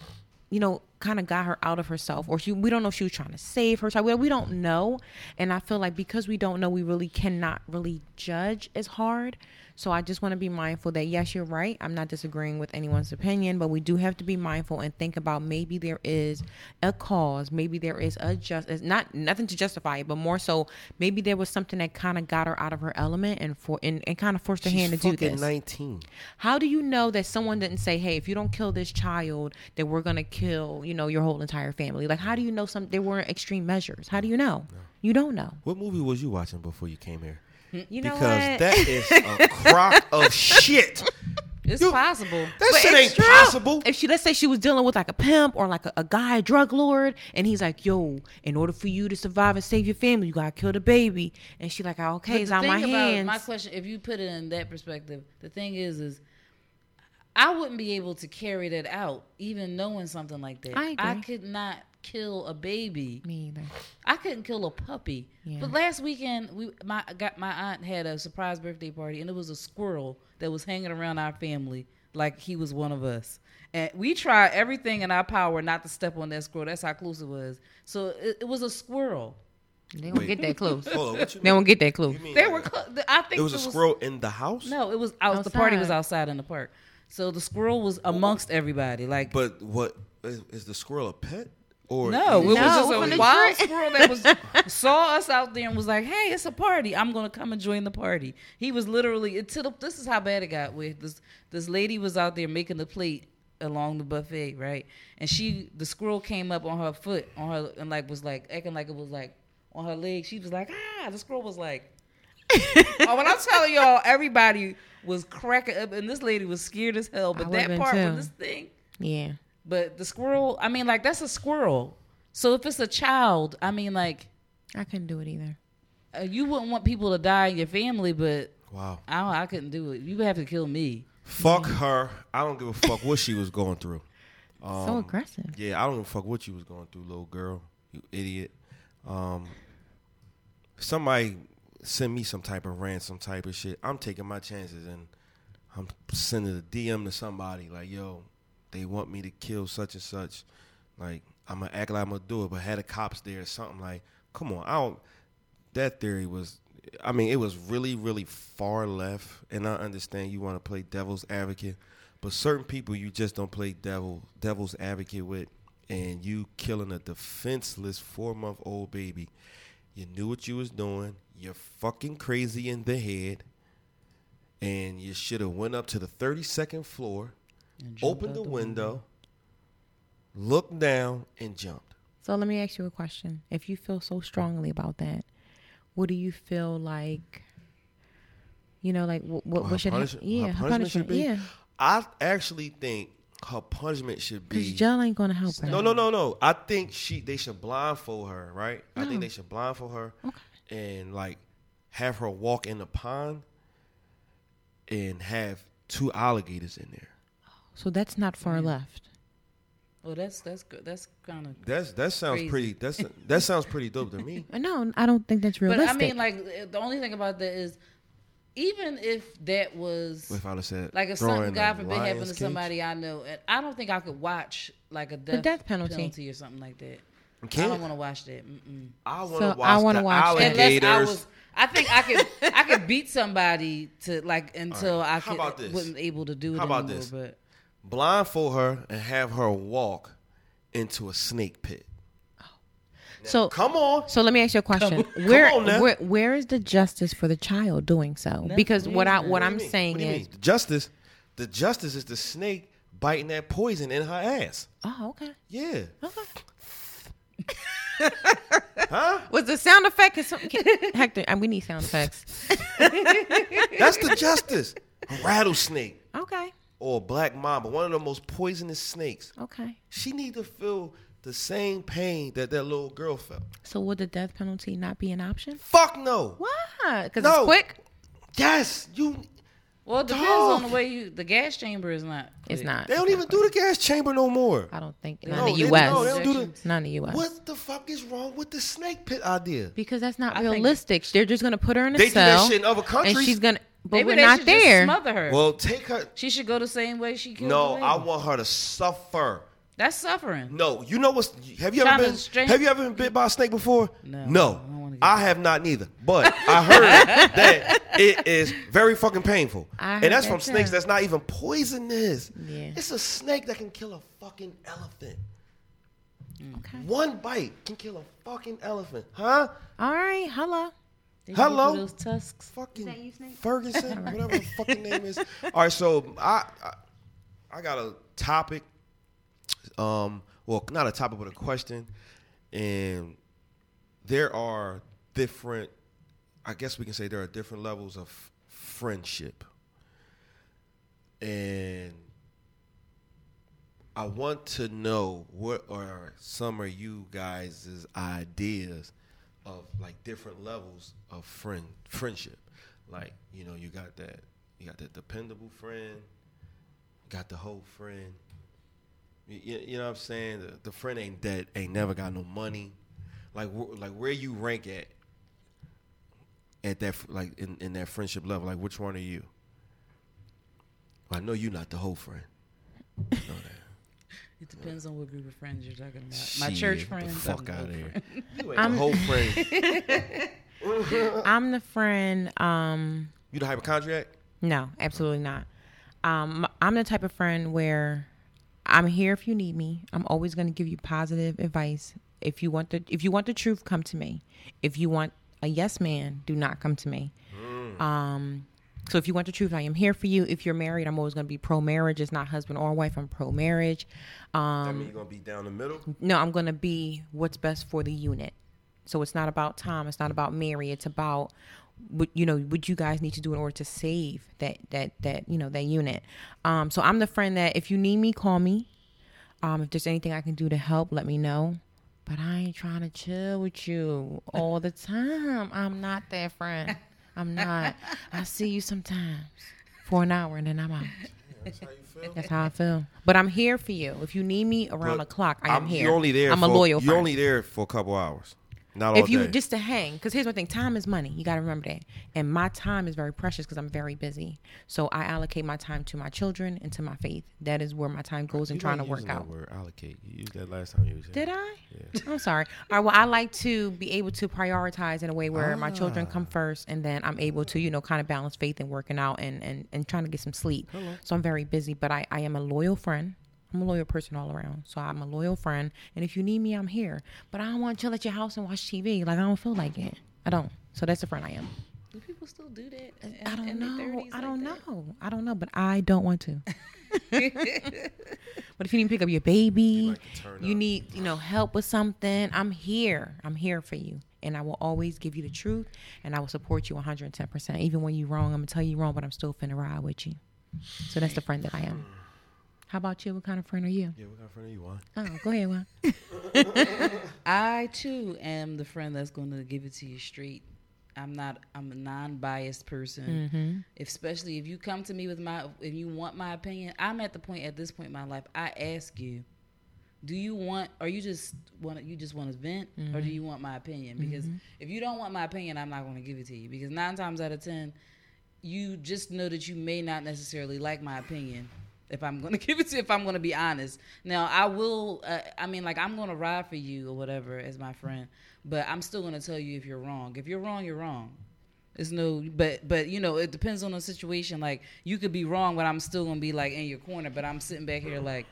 you know, kind of got her out of herself, or she. We don't know if she was trying to save herself. We, we don't know, and I feel like because we don't know, we really cannot really judge as hard. So I just want to be mindful that yes, you're right. I'm not disagreeing with anyone's opinion, but we do have to be mindful and think about maybe there is a cause, maybe there is a just it's not nothing to justify it, but more so maybe there was something that kind of got her out of her element and for and, and kind of forced her She's hand to do fucking this. 19. How do you know that someone didn't say, "Hey, if you don't kill this child, then we're gonna kill you know your whole entire family"? Like, how do you know some there weren't extreme measures? How do you know? You don't know. What movie was you watching before you came here? You know because what? that is a crock of shit. it's You- possible. That But shit it's ain't true. possible. If she, let's say she was dealing with like a pimp or like a, a guy, drug lord, and he's like, "Yo, in order for you to survive and save your family, you gotta kill the baby," and she like, "Okay, But it's the on thing my about- hands." My question, if you put it in that perspective, the thing is, is I wouldn't be able to carry that out, even knowing something like that. I agree. could not kill a baby. Me either. I couldn't kill a puppy. Yeah. But last weekend, we my got my aunt had a surprise birthday party, and it was a squirrel that was hanging around our family like he was one of us. And we tried everything in our power not to step on that squirrel. That's how close it was. So it, it was a squirrel. They don't Wait. get that close. they Hold on, what you mean? don't get that close. You mean They were. Cl- I think There was a it squirrel in the house? No, it was out. The party was Outside. outside in the park. So the squirrel was amongst everybody. Like But what is, is the squirrel a pet? Or no, it was No, just it wasn't a a wild squirrel that was saw us out there and was like, "Hey, it's a party. I'm gonna come and join the party." He was literally. It to the, this is how bad it got. With this, this lady was out there making the plate along the buffet, right? And she, the squirrel came up on her foot, on her, and like was like acting like it was like on her leg. She was like, "Ah!" The squirrel was like. oh, when I'm telling y'all, everybody was cracking up, and this lady was scared as hell. But would've that been part too. when this thing Yeah. but the squirrel, I mean, like that's a squirrel. So if it's a child, I mean, like I couldn't do it either. uh, you wouldn't want people to die in your family, but Wow. I don't, I couldn't do it. You would have to kill me. Fuck her. I don't give a fuck what she was going through. Um, so aggressive. Yeah, I don't give a fuck what you was going through, little girl. You idiot. Um, somebody send me some type of rant, some type of shit. I'm taking my chances and I'm sending a DM to somebody like, yo, they want me to kill such and such. Like, I'm gonna act like I'm gonna do it, but had the cops there or something like, come on, I don't. That theory was, I mean, it was really, really far left, and I understand you want to play devil's advocate, but certain people you just don't play devil devil's advocate with, and you killing a defenseless four month old baby. You knew what you was doing. You're fucking crazy in the head and you should have went up to the 32nd floor, opened the, window, looked down, and jumped. So let me ask you a question. If you feel so strongly about that, what do you feel like? You know, like what, what, Her what should hap- punish- her yeah, her punishment should punishment, be- yeah, I actually think her punishment should because be jail ain't gonna help her. no, no, no, no. I think she they should blindfold her, right? I think they should blindfold her and like have her walk in the pond and have two alligators in there. So that's not far left. Oh, that's that's good. That's kind of. That's that sounds Crazy. pretty. That's that sounds pretty dope to me. No, I don't think that's But realistic. I mean, like uh, the only thing about that is, even if that was If I would have said like if throw her something in a God forbid happened lion's to cage. somebody I know, and I don't think I could watch like a death, death penalty. or something like that. I Can't. don't want to watch that. Mm-mm. I want So, to I watch wanna the watch that. alligators. Unless I was, I think I could, I could beat somebody to like until Alright, I how could, about this? wasn't able to do it How about anymore. this? But blindfold her and have her walk into a snake pit. Oh. So Come on. So let me ask you a question. Come on where, now. where where is the justice for the child doing so? because what I what What do you I'm mean? saying What do you is mean? justice. The justice is the snake biting that poison in her ass. Oh, okay. Yeah. Was the sound effect can some, can, Hector, and we need sound effects. That's the justice. A rattlesnake Okay. or a black mamba, one of the most poisonous snakes. Okay. She need to feel the same pain that that little girl felt. So would the death penalty not be an option? Fuck no. Why? Because No. it's quick. Yes, you. Well, it depends Dog. on the way you. The gas chamber is not. It's not. They don't even do the gas chamber no more. I don't think No, none of they- the U.S. no, they don't do the- none of the U.S. What the fuck is wrong with the snake pit idea? Because that's not I think- realistic. They're just gonna put her in a They do that cell, shit in other countries. and she's gonna. But Maybe we're they not should just there. smother her. Well, take her. she should go the same way she killed. No, the lady. I want Mm, her to suffer. That's suffering. No, you know what's? Have you Trying ever to been? strength- Have you ever been bit by a snake before? No, No, I don't wanna get I, have not neither. But I heard that it is very fucking painful, I and heard that's that from snakes too. that's not even poisonous. Yeah. It's a snake that can kill a fucking elephant. Okay. One bite can kill a fucking elephant, huh? All right. Hello. They should go Hello? through Those tusks. Fucking you, Snake? Ferguson, whatever the fucking name is. All right, so I, I I got a topic, um, well, not a topic, but a question, and there are different. I guess we can say there are different levels of friendship, and I want to know what are some of you guys' ideas of like different levels of friend friendship. Like, you know, you got that you got that dependable friend, got the whole friend. You, you- you know what I'm saying? The, the friend ain't dead, ain't never got no money. Like wh- like where you rank at at that fr- like in, in that friendship level, like which one are you? I know you not the whole friend. It depends on what group of friends you're talking about. My Shit, church get friends. The fuck I'm out no of here. friend. You ain't the whole friend. I'm- Uh. I'm the friend. Um. You the hypochondriac? No, absolutely not. Um, I'm the type of friend where I'm here if you need me. I'm always going to give you positive advice. If you want the if you want the truth, come to me. If you want a yes man, do not come to me. Mm. Um, so if you want the truth, I am here for you. If you're married, I'm always going to be pro marriage. It's not husband or wife. I'm pro marriage. Um, I mean, you gonna be down the middle. no, I'm gonna be what's best for the unit. So it's not about Tom. It's not about Mary. It's about what you know. What you guys need to do in order to save that that that you know that unit. Um, so I'm the friend that if you need me, call me. Um, if there's anything I can do to help, let me know. But I ain't trying to chill with you all the time. I'm not that friend. I'm not. I see you sometimes for an hour and then I'm out. That's how you feel. That's how I feel. But I'm here for you. If you need me around But the clock, I am I'm- here. You're only there. I'm for, a loyal. You're friend. only there for a couple hours, not all if you day. just to hang. Because here's one thing: time is money. You got to remember that. And my time is very precious because I'm very busy. So I allocate my time to my children and to my faith. That is where my time goes and trying to work out. word allocate. You used that last time you was here. Did I? I'm sorry. All right, well, I like to be able to prioritize in a way where my children come first, and then I'm able to, you know, kind of balance faith and working out and and, and trying to get some sleep. So I'm very busy, but I, I am a loyal friend. I'm a loyal person all around. So I'm a loyal friend. And if you need me, I'm here. But I don't want to chill at your house and watch TV. Like, I don't feel like it. I don't. So that's the friend I am. Do people still do that? in- I don't in their know. 30s I like don't that? know. I don't know, but I don't want to. but if you need to pick up your baby, like to turn you up. need, you know, help with something, I'm here. I'm here for you. And I will always give you the truth and I will support you 110%. Even when you're wrong, I'm going to tell you wrong, but I'm still finna ride with you. So that's the friend that I am. How about you? What kind of friend are you? Yeah, what kind of friend are you on? Oh, go ahead, one. I too am the friend that's going to give it to you straight. I'm not. I'm a non-biased person, especially if you come to me with my. If you want my opinion, I'm at the point at this point in my life. I ask you, do you want? Or you just want? You just want to vent, or do you want my opinion? Because if you don't want my opinion, I'm not going to give it to you. Because nine times out of ten, you just know that you may not necessarily like my opinion if I'm going to give it to if I'm going to be honest. Now, I will uh, I mean like I'm going to ride for you or whatever as my friend, but I'm still going to tell you if you're wrong. If you're wrong, you're wrong. It's no but but you know, it depends on the situation like you could be wrong, but I'm still going to be like in your corner, but I'm sitting back here like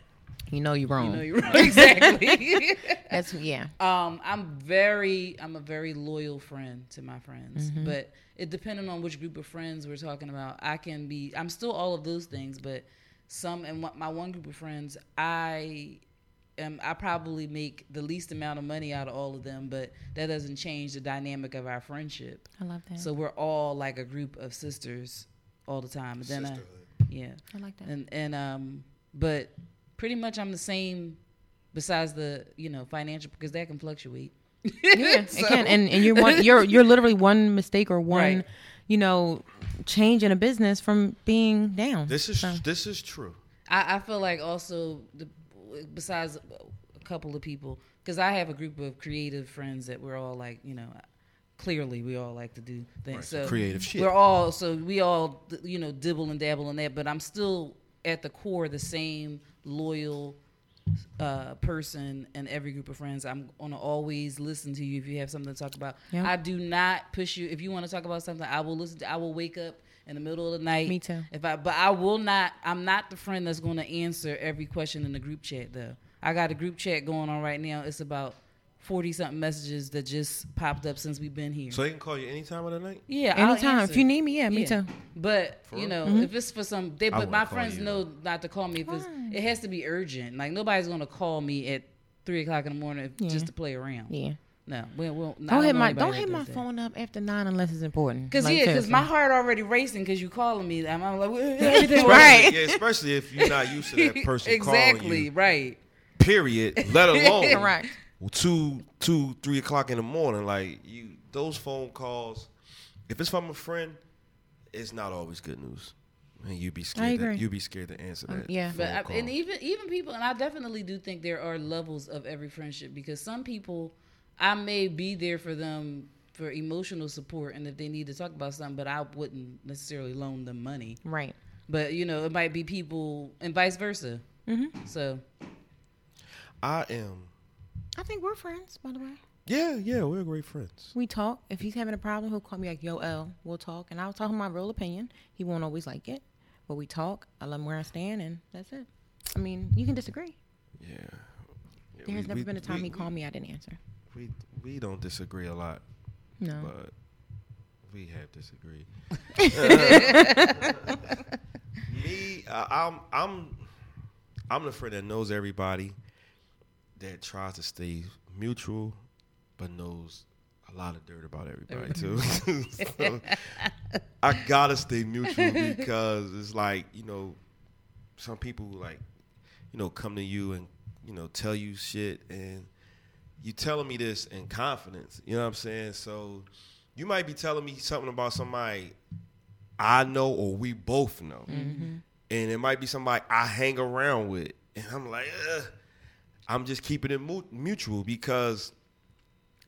you know you're wrong. You know, you're right. exactly. That's yeah. um, I'm very, I'm a very loyal friend to my friends, but it depending on which group of friends we're talking about, I can be. I'm still all of those things, but some and what- my one group of friends, I am. I probably make the least amount of money out of all of them, but that doesn't change the dynamic of our friendship. I love that. So we're all like a group of sisters all the time. But then, I, yeah, I like that. and and um, but pretty much I'm the same. Besides the you know financial because that can fluctuate. Yeah, it can. And and you're one you're you're literally one mistake or one, Right. you know, change in a business from being down. This is So, this is true. I, I feel like also the, besides a couple of people because I have a group of creative friends that we're all like you know clearly we all like to do things so creative shit. We're all so we all you know dibble and dabble in that, but I'm still at the core the same loyal uh, person in every group of friends. I'm gonna always listen to you if you have something to talk about. Yeah. I do not push you if you want to talk about something. I will listen. To, I will wake up in the middle of the night. Me too. If I, but I will not. I'm not the friend that's going to answer every question in the group chat though. I got a group chat going on right now. It's about forty something messages that just popped up since we've been here. So they can call you any time of the night. yeah, I'll Anytime. answer. If you need me, yeah, me Yeah. too. Mm-hmm. But you know, if it's for some, they, but wouldn't my call friends you. know not to call me if it's. It has to be urgent. Like nobody's gonna call me at three o'clock in the morning if, just to play around. Yeah. No, we won't. Don't hit my don't hit my phone up after nine unless it's important. Cause Like, yeah, cause seriously. my heart already racing because you calling me. I'm, I'm like, everything Right. Yeah, especially if you're not used to that person calling exactly you. right. Period. Let alone Correct. two, two, three o'clock in the morning. Like you, those phone calls. If it's from a friend, it's not always good news. And you'd be scared. agree. Um, To, you'd be scared to answer that. yeah. phone But I, e- call. and even even people, and I definitely do think there are levels of every friendship because some people, I may be there for them for emotional support and if they need to talk about something, but I wouldn't necessarily loan them money. Right. But you know, it might be people and vice versa. Mm-hmm. So I am. I think we're friends, by the way. Yeah, yeah, we're great friends. We talk. If he's having a problem, he'll call me like, "Yo, L, we'll talk," and I'll tell him my real opinion. He won't always like it, but we talk. I love him where I stand, and that's it. I mean, you can disagree. Yeah. Yeah, There has we- never we- been a time we, he called me I didn't answer. We we don't disagree a lot, No. but we have disagreed. Me, uh, I'm I'm I'm the friend that knows everybody, that tries to stay mutual, but knows a lot of dirt about everybody too. So, I gotta stay mutual because it's like you know, some people like you know come to you and you know tell you shit and you telling me this in confidence. You know what I'm saying? So you might be telling me something about somebody I know or we both know. And it might be somebody I hang around with. And I'm like, Ugh. I'm just keeping it mu- mutual because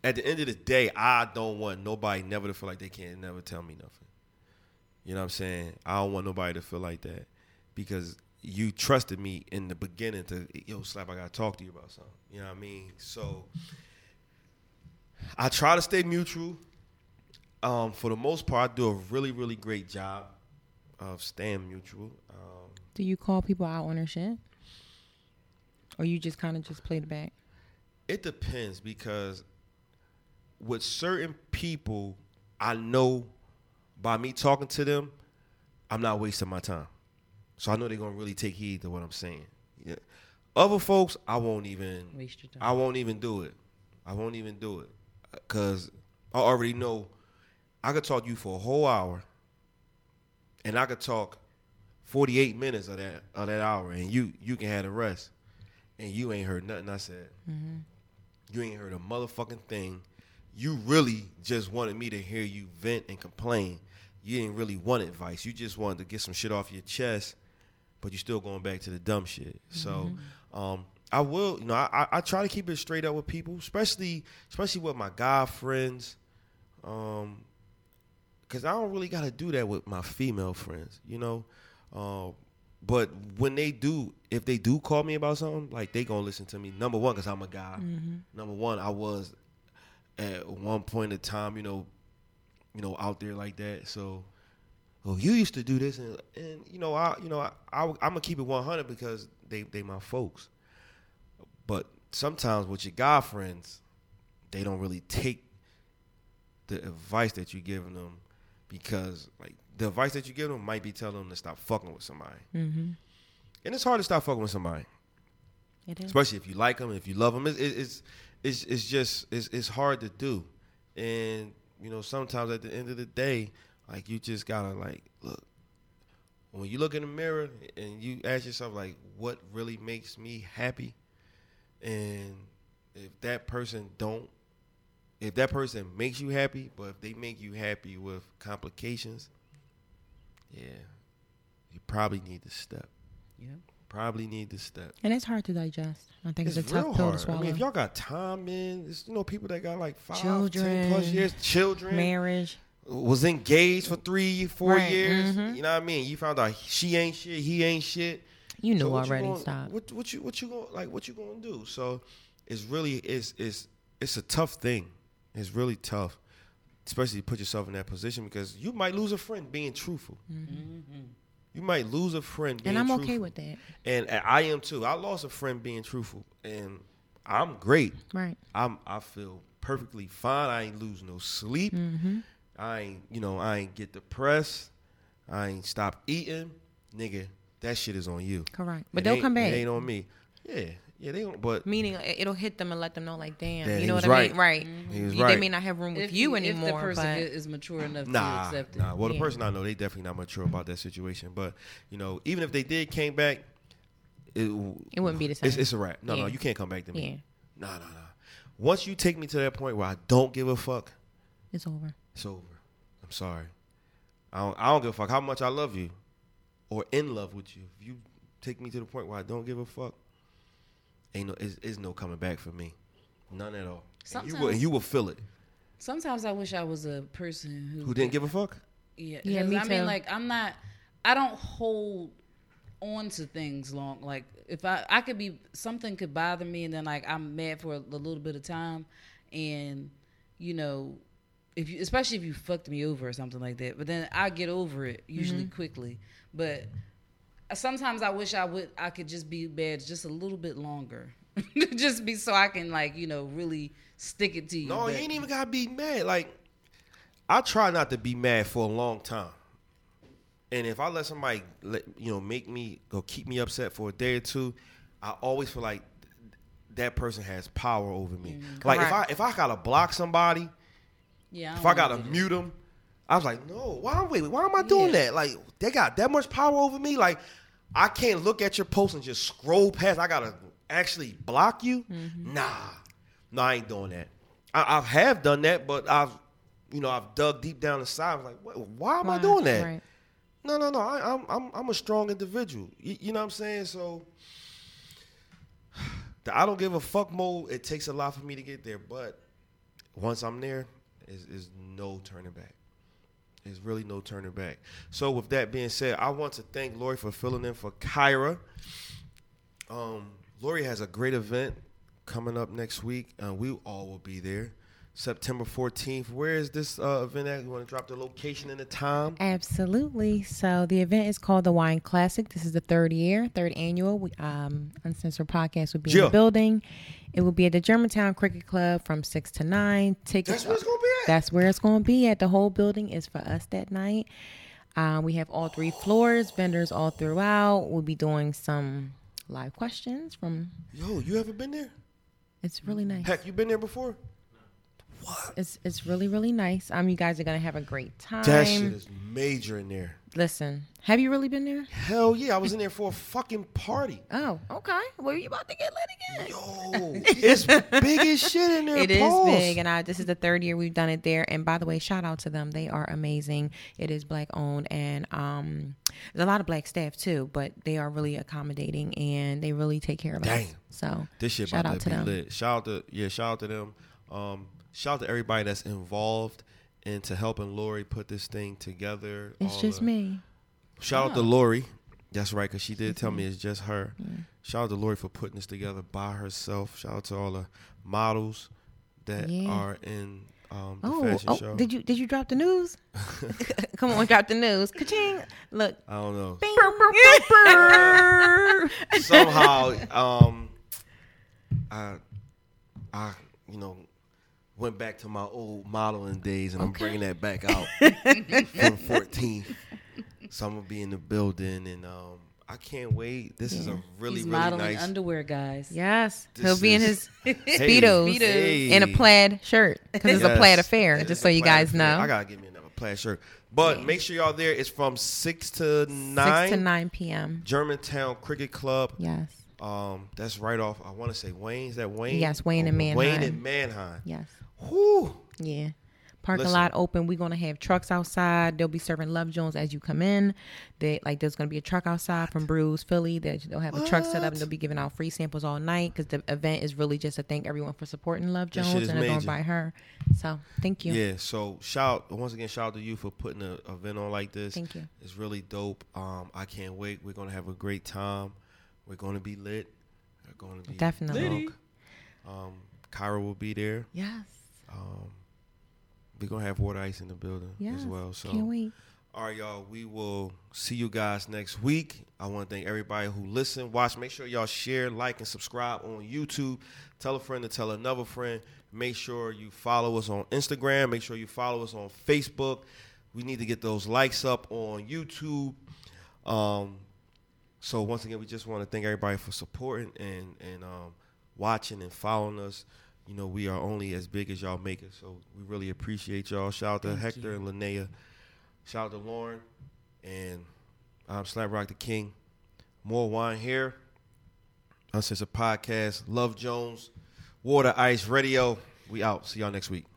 at the end of the day, I don't want nobody never to feel like they can't never tell me nothing. You know what I'm saying? I don't want nobody to feel like that because you trusted me in the beginning to yo slap. I gotta talk to you about something. You know what I mean? So I try to stay mutual. Um, for the most part, I do a really really great job of staying mutual. Um, Do you call people out on their shit, or you just kind of just played it back? It depends because with certain people, I know by me talking to them, I'm not wasting my time. So I know they're gonna really take heed to what I'm saying. Yeah. Other folks, I won't even Waste your time. I won't even do it. I won't even do it because I already know I could talk to you for a whole hour, and I could talk 48 minutes of that of that hour, and you you can have the rest, and you ain't heard nothing I said. You ain't heard a motherfucking thing. You really just wanted me to hear you vent and complain. You didn't really want advice. You just wanted to get some shit off your chest, but you're still going back to the dumb shit. So, um, I will, you know, I, I, I try to keep it straight up with people, especially especially with my guy friends, um, because I don't really got to do that with my female friends, you know. Uh, but when they do, if they do call me about something, like they gonna listen to me. Number one, because I'm a guy. Number one, I was at one point in time, you know, you know, out there like that. So, oh, you used to do this, and and you know, I, you know, I, I I'm gonna keep it 100 because they they my folks. But sometimes with your guy friends, they don't really take the advice that you're giving them because like the advice that you give them might be telling them to stop fucking with somebody. Mm-hmm. And it's hard to stop fucking with somebody It is. especially if you like them, if you love them. It's it's it's it's just it's it's hard to do, and you know sometimes at the end of the day, like you just gotta like look. When you look in the mirror and you ask yourself like, what really makes me happy, and if that person don't, if that person makes you happy, but if they make you happy with complications, yeah, you probably need to step. Yeah. Probably need to step. And it's hard to digest. I think it's, It's a tough real pill to hard. swallow. I mean, if y'all got time, man, it's, you know people that got like five, ten Children. plus years, children, Marriage. was engaged for three, four Right, years. mhm. You know what I mean? You found out she ain't shit, he ain't shit. You knew So what already. gonna- Stop. What, what you what you going like? What you gonna do? So it's really it's it's it's a tough thing. It's really tough, especially to put yourself in that position because you might lose a friend being truthful. You might lose a friend, being Mm-hmm. and I'm okay truthful. with that. and and I am too. I lost a friend being truthful, and I'm great. Right. I'm I feel perfectly fine. I ain't lose no sleep. Mm-hmm. I ain't you know I ain't get depressed. I ain't stop eating, nigga. That shit is on you. Correct. But It they'll ain't- come back. It ain't on me. Yeah, yeah. They don't. But Meaning it- it'll hit them and let them know, like, damn, Yeah, you he know was what I mean? Right. He was You- They right. may not have room with If you if anymore, the person but is is mature Mm-hmm. enough to nah, accept it. nah. Well, the Yeah. person I know, they definitely not mature about that situation. But you know, even if they did came back, it w- It wouldn't be the It's, same. it's a wrap. No, no. Yeah. You can't come back to yeah, me. Nah, nah, nah. Once you take me to that point where I don't give a fuck, it's over. It's over. I'm sorry. I don't, I don't give a fuck how much I love you or in love with you. If you take me to the point where I don't give a fuck, ain't no, it's, it's no coming back for me. None at all. And you, will, and Sometimes- you will feel it. Sometimes I wish I was a person who Who didn't give a fuck? Yeah, Yeah, 'cause me I mean, too. like I'm not. I don't hold on to things long. Like if I, I could be something could bother me, and then like I'm mad for a, little bit of time, and you know, if you, especially if you fucked me over or something like that, but then I get over it usually quickly. But sometimes I wish I would I could just be bad just a little bit longer, just be so I can like you know really stick it to you. No, but- you ain't even gotta be mad. Like, I try not to be mad for a long time. And if I let somebody, let, you know, make me or keep me upset for a day or two, I always feel like th- that person has power over me. Mm-hmm. Like if I Correct. if I gotta block somebody, yeah. if don't I gotta wanna do that. mute them, I was like, no, why wait, why am I doing Yeah. that? Like they got that much power over me. Like I can't look at your post and just scroll past. I gotta actually block you. Mm-hmm. Nah, no, I ain't doing that. I, I have done that, but I've you know I've dug deep down inside. I was like, "Wh- why am I Why? doing that? Right. No, no, no. I, I'm I'm I'm a strong individual. You, you know what I'm saying? So the I don't give a fuck mode. It takes a lot for me to get there, but once I'm there, is is no turning back. There's really no turning back. So with that being said, I want to thank Lori for filling in for Kyra. Um, Lori has a great event coming up next week, and we all will be there. September 14th. Where is this uh, event at? You want to drop the location and the time? Absolutely. So the event is called the Wine Classic. This is the third year, third annual. We, um, Uncensored podcast will be in Jill. the building. It will be at the Germantown Cricket Club from six to nine. Tickets. That's where it's gonna be at? That's where it's going to be at. The whole building is for us that night. Um, we have all three floors, vendors all throughout. We'll be doing some live questions from. Yo, you haven't been there? It's really nice. Heck, you been there before? It's it's really really nice. Um, you guys are gonna have a great time. That shit is major in there. Listen, have you really been there? Hell yeah, I was in there for a fucking party. Oh, okay. Well, you about to get lit again. Yo, it's big as shit in there. It is pause. big, and I, this is the third year we've done it there. And by the way, shout out to them; they are amazing. It is black owned, and um, there's a lot of black staff too, but they are really accommodating and they really take care of us. Dang. So This shit shout about out to to be them. lit. Shout out to yeah, shout out to them. Um, shout out to everybody that's involved into helping Lori put this thing together. It's All just the- me. Shout out to Lori. That's right, because she did tell Mm-hmm. me it's just her. Shout out to Lori for putting this together by herself. Shout out to all the models that Yeah. are in um, the Oh, fashion show. oh, did you did you drop the news? Come on, drop the news. Ka-ching. Look. I don't know. Bing. Somehow, um, I, I, you know, went back to my old modeling days, and I'm bringing that back out for 14th. So I'm gonna be in the building, and um, I can't wait. This is a really, He's really modeling nice. underwear, guys. yes. This He'll be in is- his Hey, Speedos hey. in a plaid shirt because it's a Yes. plaid affair. Yeah, just it's so a you plaid guys affair. know. I gotta give me another plaid shirt. But make sure y'all there. It's from six to nine. Six to nine p.m. Germantown Cricket Club. Yes. Um, that's right off. I want to say Wayne's. That Wayne. Oh, Yes, Wayne and Wayne Manheim. and Manheim. Yes. Whew. Yeah. Parking Listen. lot open. We're gonna have trucks outside. They'll be serving Love Jones as you come in. They like there's gonna be a truck outside from Brews Philly. That they'll have a truck set up and they'll be giving out free samples all night because the event is really just to thank everyone for supporting Love That shit Jones is and they're going major. by her. So thank you. Yeah. So shout once again, shout out to you for putting an event on like this. Thank you. It's really dope. Um, I can't wait. We're gonna have a great time. We're gonna be lit. We're gonna be Definitely. drunk. Um, Kyra will be there. Yes. Um, we're gonna have water ice in the building Yes. as well. So Can't wait. All right, y'all. We will see you guys next week. I want to thank everybody who listened, watch. Make sure y'all share, like, and subscribe on YouTube. Tell a friend to tell another friend. Make sure you follow us on Instagram. Make sure you follow us on Facebook. We need to get those likes up on YouTube. Um, so once again, we just want to thank everybody for supporting and and um, watching and following us. You know, we are only as big as y'all make it, so we really appreciate y'all. Shout out to Hector and Linnea. Shout out to Lauren. And I'm Slap Rock the King. More wine here. Uncensored podcast. Love Jones. Water Ice Radio. We out. See y'all next week.